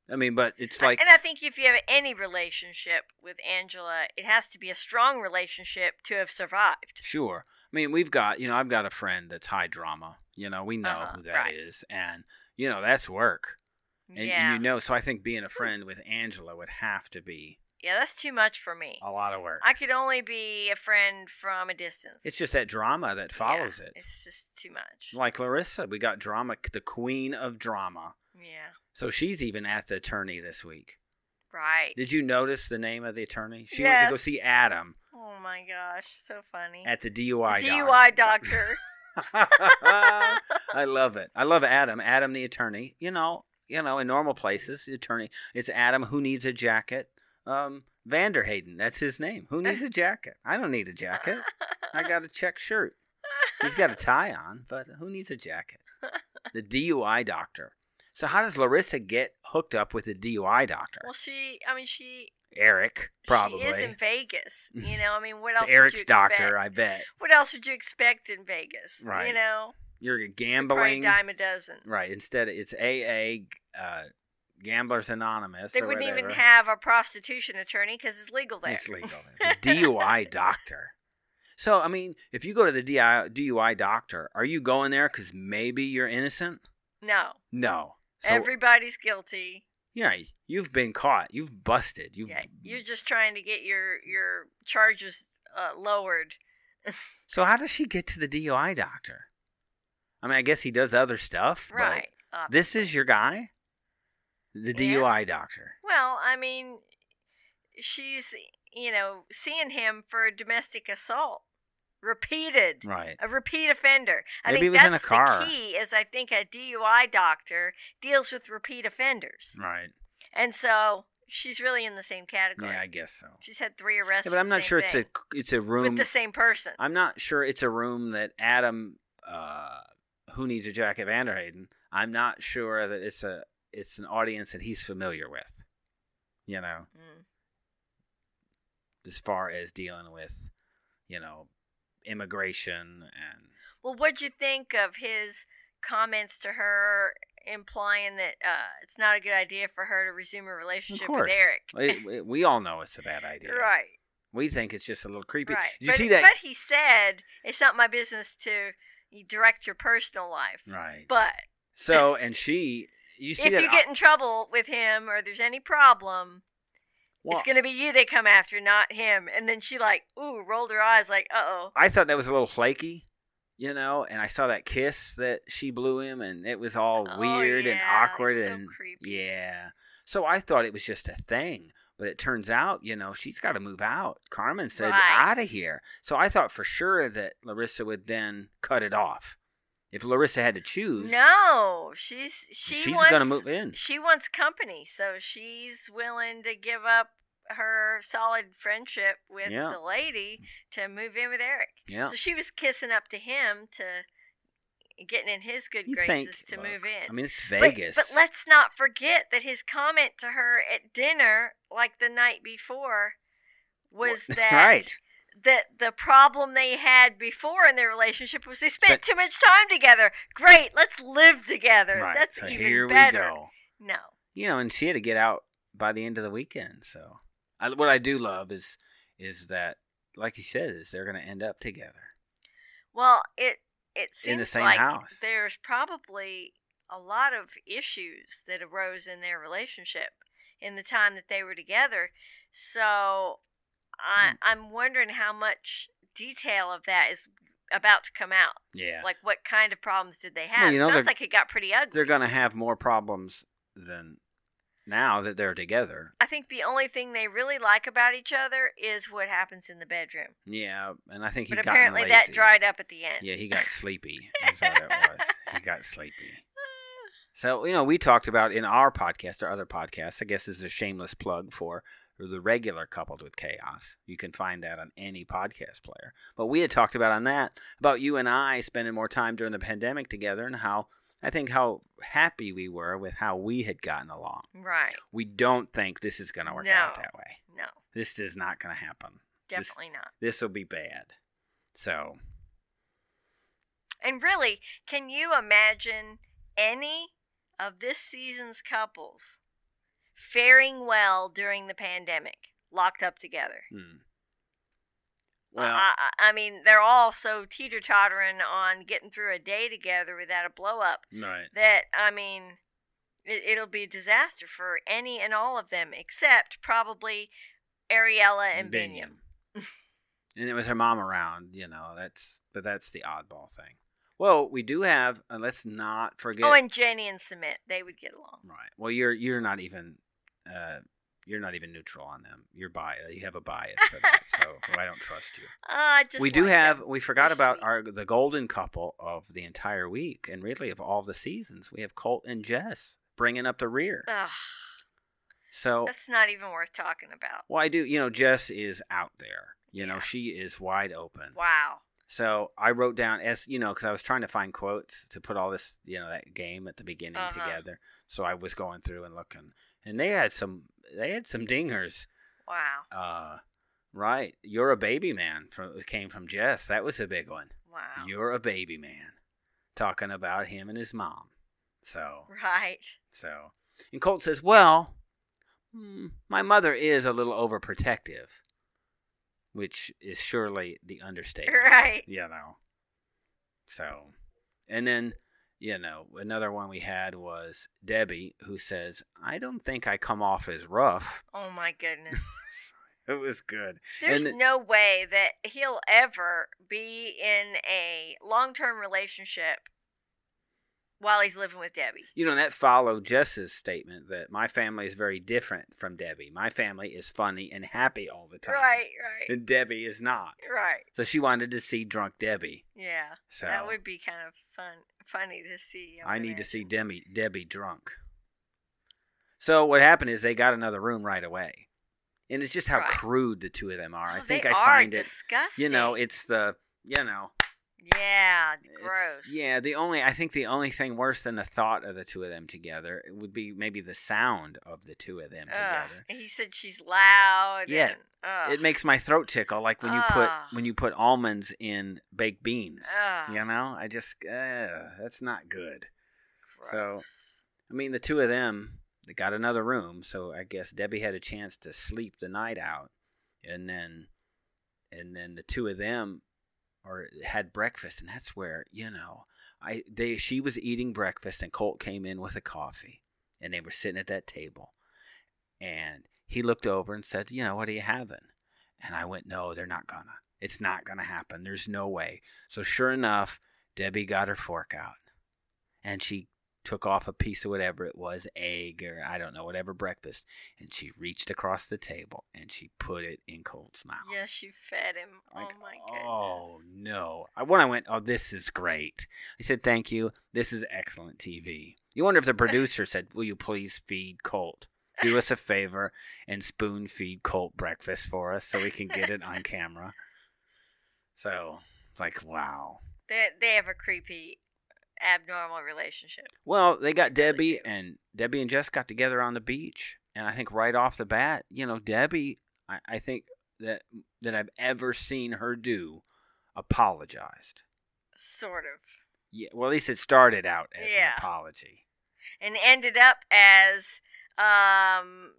B: I mean, but it's
A: I-
B: like,
A: and I think if you have any relationship with Angela, it has to be a strong relationship to have survived.
B: sure. I mean, we've got, you know, I've got a friend that's high drama. You know, we know
A: Uh-huh,
B: who that is,
A: right.
B: And, you know, that's work. And, and
A: yeah.
B: you know, so I think being a friend with Angela would have to be
A: yeah, that's too much for me.
B: a lot of work.
A: I could only be a friend from a distance.
B: it's just that drama that
A: Yeah,
B: follows it.
A: It's just too much.
B: Like Larissa, we got drama, the queen of drama.
A: Yeah,
B: So she's even at the attorney this week.
A: right.
B: Did you notice the name of the attorney? She went to go
A: Yes.
B: see Adam
A: Oh my gosh, so funny.
B: at the
A: The
B: DUI.
A: DUI doctor.
B: doctor. I love it. I love Adam. Adam the attorney. You know, you know, in normal places, the attorney. It's Adam who needs a jacket. Um, Vanderhaden. That's his name. Who needs a jacket? I don't need a jacket. I got a check shirt. He's got a tie on, but who needs a jacket? The DUI doctor. So how does Larissa get hooked up with the DUI doctor?
A: well, she. I mean, she.
B: Eric, probably.
A: She is in Vegas. You know. I mean, what else?
B: It's Eric's
A: would you expect?
B: doctor, I bet.
A: What else would you expect in Vegas? You
B: Right.
A: know,
B: You're
A: probably a
B: gambling.
A: dime a dozen.
B: Right. Instead, it's AA, uh, Gamblers Anonymous.
A: They
B: or
A: wouldn't
B: whatever.
A: even have a prostitution attorney because it's legal there.
B: It's legal. there. The DUI doctor. So, I mean, if you go to the DI DUI doctor, are you going there because maybe you're innocent?
A: No,
B: No. So,
A: everybody's guilty.
B: yeah, you've been caught. You've busted. You've,
A: Yeah, you're just trying to get your your charges uh, lowered.
B: So, how does she get to the DUI doctor? I mean, I guess he does other stuff. but
A: Right. Uh,
B: This is your guy? The
A: Yeah.
B: DUI doctor.
A: well, I mean, she's you know seeing him for domestic assault, repeated,
B: Right.
A: a repeat offender. I
B: Maybe
A: think
B: he was in
A: that's
B: a car.
A: the key. Is I think a DUI doctor deals with repeat offenders,
B: Right.
A: and so she's really in the same category.
B: Yeah, I guess so.
A: She's had three arrests.
B: Yeah,
A: for
B: but I'm
A: the
B: not
A: same
B: sure it's a
A: thing,
B: it's a
A: with
B: room.
A: the same person.
B: I'm not sure it's a room that Adam, uh, who needs a jacket, Vanderhaden. I'm not sure that it's a it's an audience that he's familiar with. you know,
A: Mm.
B: as far as dealing with, you know, immigration and
A: Well, what'd you think of his comments to her implying that uh, it's not a good idea for her to resume a relationship with
B: course.
A: Eric?
B: it, it- we all know it's a bad idea.
A: Right.
B: We think it's just a little creepy.
A: Right.
B: Did you
A: but,
B: see that?
A: but he said it's not my business to direct your personal life.
B: Right.
A: But
B: So, and she, you see
A: if
B: that?
A: you get in trouble with him or there's any problem,
B: well,
A: it's going to be you they come after, not him. And then she like, ooh, rolled her eyes like, uh oh.
B: I thought that was a little flaky, you know. And I saw that kiss that she blew him, and it was all
A: Oh,
B: weird and
A: yeah,
B: awkward
A: so
B: and
A: creepy.
B: yeah. So I thought it was just a thing, but it turns out, you know, she's got to move out. Carmen said
A: Right.
B: out of here. So I thought for sure that Larissa would then cut it off. If Larissa had to choose,
A: No, she's she
B: she's
A: wants
B: gonna move in.
A: she wants company, so she's willing to give up her solid friendship with
B: Yeah.
A: the lady to move in with Eric.
B: Yeah.
A: So she was kissing up to him to getting in his good
B: You think?
A: graces to
B: look,
A: move in.
B: I mean, it's
A: But-
B: Vegas.
A: But, let's not forget that his comment to her at dinner, like the night before, was that
B: right.
A: that the problem they had before in their relationship was they
B: Spent-
A: spent too much time together. Great, let's live together.
B: Right.
A: That's
B: so
A: even
B: here
A: better.
B: we go.
A: No.
B: you know, and she had to get out by the end of the weekend. So, I, what I do love is is that, like you said, is they're going to end up together.
A: Well, it it seems
B: In the same
A: like
B: house.
A: there's probably a lot of issues that arose in their relationship in the time that they were together. So
B: Mm.
A: I, I'm wondering how much detail of that is about to come out.
B: Yeah,
A: Like, what kind of problems did they have?
B: you know,
A: Sounds
B: they're-
A: like it got pretty ugly.
B: they're going to have more problems than now that they're together.
A: I think the only thing they really like about each other is what happens in the bedroom.
B: Yeah, and I think he
A: But
B: got
A: apparently
B: lazy.
A: that dried up at the end.
B: Yeah, he got sleepy. That's what it was. He got sleepy.
A: Ah,
B: So, you know, we talked about in our podcast or other podcasts, I guess this is a shameless plug for the regular Coupled with Chaos. You can find that on any podcast player. But we had talked about on that, about you and I spending more time during the pandemic together and how I think how happy we were with how we had gotten along.
A: Right.
B: We don't think this is going to work out
A: No.
B: that way.
A: No,
B: This is not going to happen.
A: definitely not.
B: This will be bad. So,
A: And really, can you imagine any of this season's couples faring well during the pandemic, locked up together?
B: hmm. well,
A: I, I, I mean, they're all so teeter tottering on getting through a day together without a blow up
B: right.
A: that, I mean, it, it'll be a disaster for any and all of them, except probably Ariella and Binyam.
B: Binion. and it was her mom around, you know. That's but that's the oddball thing. Well, we do have, and let's not forget.
A: Oh, and Jenny and Submit, they would get along.
B: right. Well, you're you're not even uh, you're not even neutral on them. You're bias. You have a bias for that, so well, I don't trust you.
A: Uh, I just
B: we do
A: like
B: have.
A: them.
B: We forgot
A: They're
B: about
A: sweet.
B: our the golden couple of the entire week, and really of all the seasons. We have Colt and Jess bringing up the rear.
A: Ugh.
B: So
A: That's not even worth talking about.
B: well, I do. You know, Jess is out there. You know,
A: Yeah.
B: she is wide open.
A: Wow.
B: So I wrote down as you know because I was trying to find quotes to put all this you know that game at the beginning
A: Uh-huh.
B: together. So I was going through and looking, and they had some they had some dingers.
A: Wow.
B: Uh, right, you're a baby man from came from Jess. That was a big one.
A: Wow.
B: You're a baby man, talking about him and his mom. So
A: Right.
B: so, and Colt says, well, hmm, my mother is a little overprotective, which is surely the understatement
A: Right.
B: you know. So, and then, you know, another one we had was Debbie, who says, I don't think I come off as rough.
A: Oh my goodness.
B: It was good.
A: There's
B: And-
A: no way that he'll ever be in a long term relationship while he's living with Debbie.
B: You know, and that followed Jess's statement that my family is very different from Debbie. My family is funny and happy all the time.
A: Right, right.
B: And Debbie is not.
A: Right.
B: So she wanted to see drunk Debbie.
A: Yeah.
B: So
A: That would be kind of fun funny to see.
B: I need to
A: imagine.
B: see Demi, Debbie drunk. So what happened is they got another room right away, and it's just how
A: Right.
B: crude the two of them are. I
A: Oh,
B: think
A: they
B: I
A: are
B: find it.
A: disgusting.
B: You know, it's the you know
A: Yeah,
B: It's-
A: gross.
B: yeah, the only I think the only thing worse than the thought of the two of them together would be maybe the sound of the two of them
A: Ugh.
B: together.
A: He said she's loud.
B: Yeah.
A: and- ugh.
B: It makes my throat tickle, like when you put
A: Ah.
B: when you put almonds in baked beans.
A: Ugh,
B: You know, I just uh, that's not good. so-
A: gross.
B: I mean, the two of them they got another room, so I guess Debbie had a chance to sleep the night out, and then and then the two of them or had breakfast, and that's where you know I they she was eating breakfast, and Colt came in with a coffee, and they were sitting at that table, and he looked over and said, you know, what are you having? And I went, no, they're not gonna. It's not gonna happen. There's no way. So sure enough, Debbie got her fork out, and she took off a piece of whatever it was, egg or I don't know, whatever breakfast, and she reached across the table and she put it in Colt's mouth.
A: Yeah, she fed him.
B: Like,
A: oh my goodness.
B: Oh no! I, when I went, oh, this is great. I said, "Thank you. This is excellent TV." You wonder if the producer said, "Will you please feed Colt? Do us a favor and spoon feed Colt breakfast for us so we can get it on camera." So, like, wow.
A: They they have a creepy, abnormal relationship.
B: Well, they got Debbie
A: do.
B: and Debbie and Jess got together on the beach, and I think right off the bat, you know, Debbie, I, I think that that I've ever seen her do apologized.
A: Sort of.
B: Yeah, well, at least it started out as an
A: Yeah.
B: apology.
A: and ended up as um,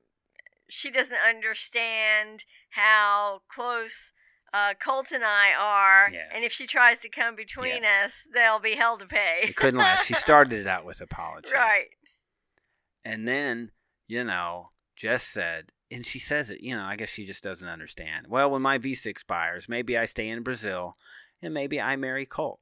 A: she doesn't understand how close uh, Colt and I are,
B: Yes.
A: and if she tries to come between us, they'll be hell to pay.
B: It couldn't last. She started it out with apology,
A: right.
B: And then you know, Jess said, and she says it. You know, I guess she just doesn't understand. Well, when my visa expires, maybe I stay in Brazil, and maybe I marry Colt.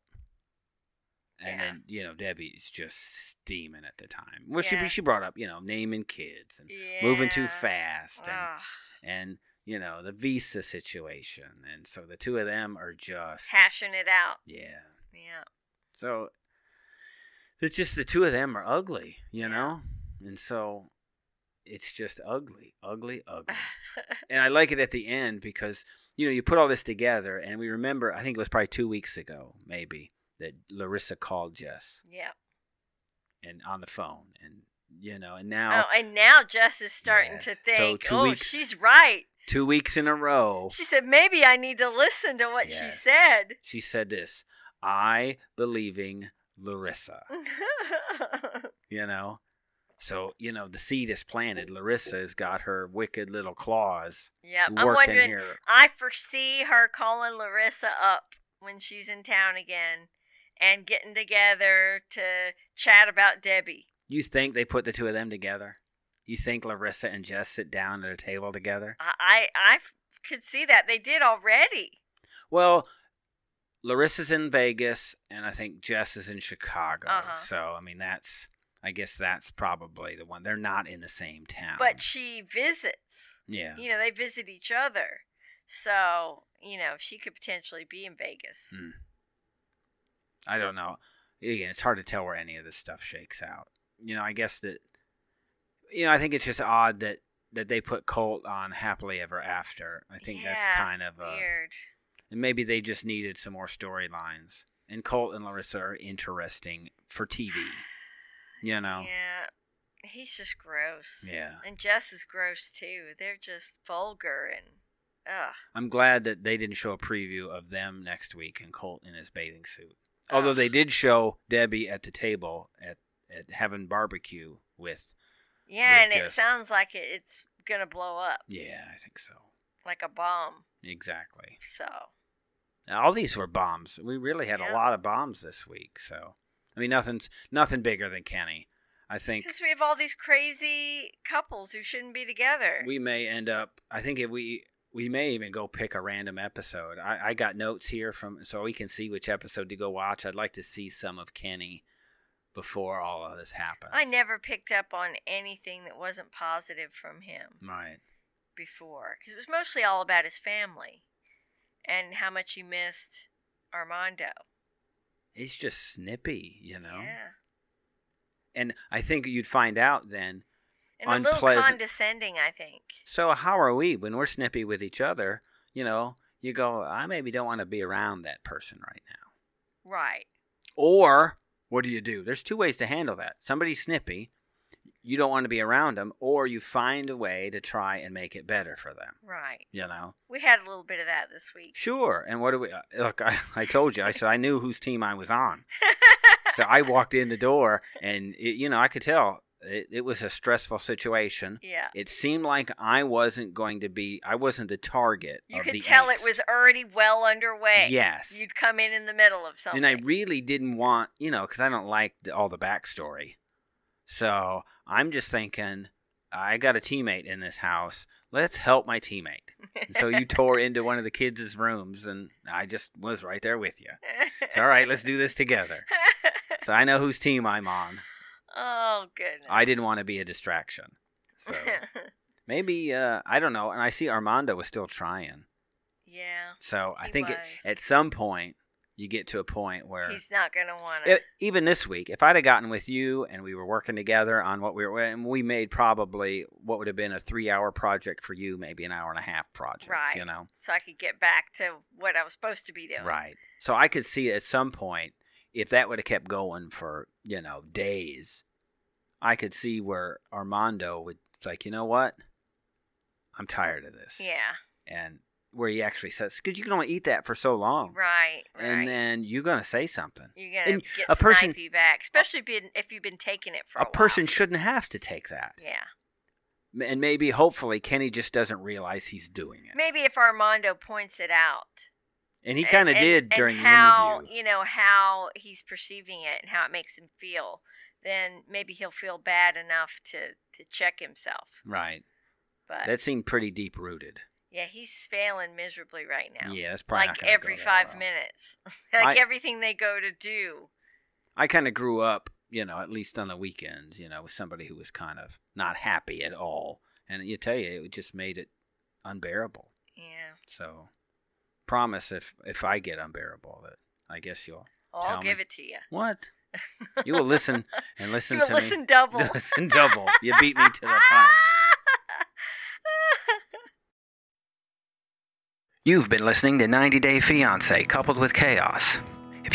B: And
A: Yeah.
B: then you know, Debbie's just steaming at the time. Well, she
A: Yeah.
B: she brought up you know naming kids and
A: Yeah.
B: moving too fast and
A: Ugh.
B: and you know the visa situation, and so the two of them are just
A: hashing it out.
B: yeah.
A: Yeah.
B: So it's just the two of them are ugly, you
A: Yeah.
B: know? And so it's just ugly, ugly, ugly. and I like it at the end because, you know, you put all this together and we remember, I think it was probably two weeks ago, maybe, that Larissa called Jess
A: yeah.
B: and on the phone and you know, and now
A: Oh, and now Jess is starting
B: Yeah.
A: to
B: So
A: think,
B: two
A: oh,
B: weeks-
A: she's right.
B: two weeks in a row
A: She said, maybe I need to listen to what she
B: Yes.
A: said.
B: she said this, I believing Larissa. you know so you know the seed is planted larissa has got her wicked little claws
A: yep. I'm
B: working
A: wondering
B: here
A: I foresee her calling Larissa up when she's in town again and getting together to chat about Debbie.
B: you think they put the two of them together you think larissa and jess sit down at a table together
A: I, I, I f- could see that. They did already.
B: well larissa's in vegas and i think jess is in chicago
A: Uh-huh.
B: so i mean that's i guess that's probably the one they're not in the same town
A: But she visits.
B: yeah
A: You know, they visit each other. So, you know, she could potentially be in Vegas.
B: Mm. I don't know. Again, it's hard to tell where any of this stuff shakes out. You know, I guess that you know, I think it's just odd that that they put Colt on happily ever after. I think
A: Yeah,
B: that's kind of a
A: Weird.
B: and maybe they just needed some more storylines. And Colt and Larissa are interesting for TV. You know.
A: Yeah. He's just gross.
B: Yeah.
A: And Jess is gross too. They're just vulgar and ugh.
B: I'm glad that they didn't show a preview of them next week and Colt in his bathing suit. Although
A: Ugh.
B: they did show Debbie at the table at, at having barbecue with with
A: Yeah, and it
B: Jess.
A: sounds like it, it's gonna blow up
B: Yeah, I think so.
A: like a bomb.
B: Exactly.
A: So
B: Now, all these were bombs. We really had a
A: Yeah.
B: lot of bombs this week. So, I mean, nothing's nothing bigger than Kenny. I think
A: because we have all these crazy couples who shouldn't be together.
B: we may end up. I think if we we may even go pick a random episode. I, I got notes here from so we can see which episode to go watch. I'd like to see some of Kenny before all of this happens.
A: I never picked up on anything that wasn't positive from him
B: Right.
A: before because it was mostly all about his family and how much he missed Armando.
B: It's just snippy, you know.
A: Yeah,
B: And I think you'd find out then
A: and a little
B: Unpleasant.
A: condescending, I think.
B: So how are we when we're snippy with each other? You know, you go, I maybe don't want to be around that person right now.
A: Right.
B: Or what do you do? There's two ways to handle that. Somebody's snippy, you don't want to be around them, or you find a way to try and make it better for them.
A: Right.
B: You know?
A: We had a little bit of that this week.
B: Sure. And what do we uh, look? I, I told you, I said I knew whose team I was on. So I walked in the door, and it, you know, I could tell it, it was a stressful situation.
A: yeah.
B: It seemed like I wasn't going to be, I wasn't the target
A: You
B: of the
A: could tell
B: angst.
A: it was already well underway.
B: Yes.
A: You'd come in in the middle of something.
B: and I really didn't want, you know, because I don't like the, all the backstory. So I'm just thinking, I got a teammate in this house. Let's help my teammate. And so you tore into one of the kids' rooms, and I just was right there with you. So, all right, let's do this together. So I know whose team I'm on.
A: oh goodness.
B: I didn't want to be a distraction. So maybe uh, I don't know. And I see Armando was still trying.
A: yeah.
B: So I
A: He
B: think it,
A: was.
B: at some point you get to a point where
A: He's not gonna want
B: E- even this week, if I'd have gotten with you and we were working together on what we were, and we made probably what would have been a three-hour project for you, maybe an hour and a half project.
A: Right.
B: You know.
A: so I could get back to what I was supposed to be doing.
B: Right. So I could see at some point if that would have kept going for you know days, I could see where Armando would it's like, you know what, I'm tired of this.
A: Yeah.
B: And where he actually says, because you can only eat that for so long,
A: Right. Right.
B: Oh. and then you're gonna say something.
A: you're gonna
B: and
A: get
B: a person- Oh.
A: snipey back, especially if, you- if you've been taking it for a,
B: A person
A: While.
B: shouldn't have to take that.
A: Yeah.
B: M- and maybe hopefully Kenny just doesn't realize he's doing it.
A: Maybe if Armando points it out.
B: And he
A: And-
B: kind of
A: and-
B: did
A: and
B: during
A: how,
B: the interview.
A: You know how he's perceiving it and how it makes him feel. Then maybe he'll feel bad enough to to check himself.
B: Right.
A: But
B: That seemed pretty deep rooted.
A: yeah, he's failing miserably right now.
B: Yeah, that's probably not
A: like
B: gonna go
A: every
B: that
A: five
B: well.
A: minutes, like
B: I-
A: everything they go to do.
B: I kind of grew up, you know, at least on the weekends, you know, with somebody who was kind of not happy at all, and you tell you it just made it unbearable.
A: Yeah,
B: So, promise if if I get unbearable, that I guess you'll
A: I'll
B: Tell me.
A: give it to you.
B: what you will listen and listen
A: You'll
B: to
A: listen
B: me.
A: double.
B: listen double. You beat me to the punch. You've been listening to 90 Day Fiancé Coupled with Chaos. If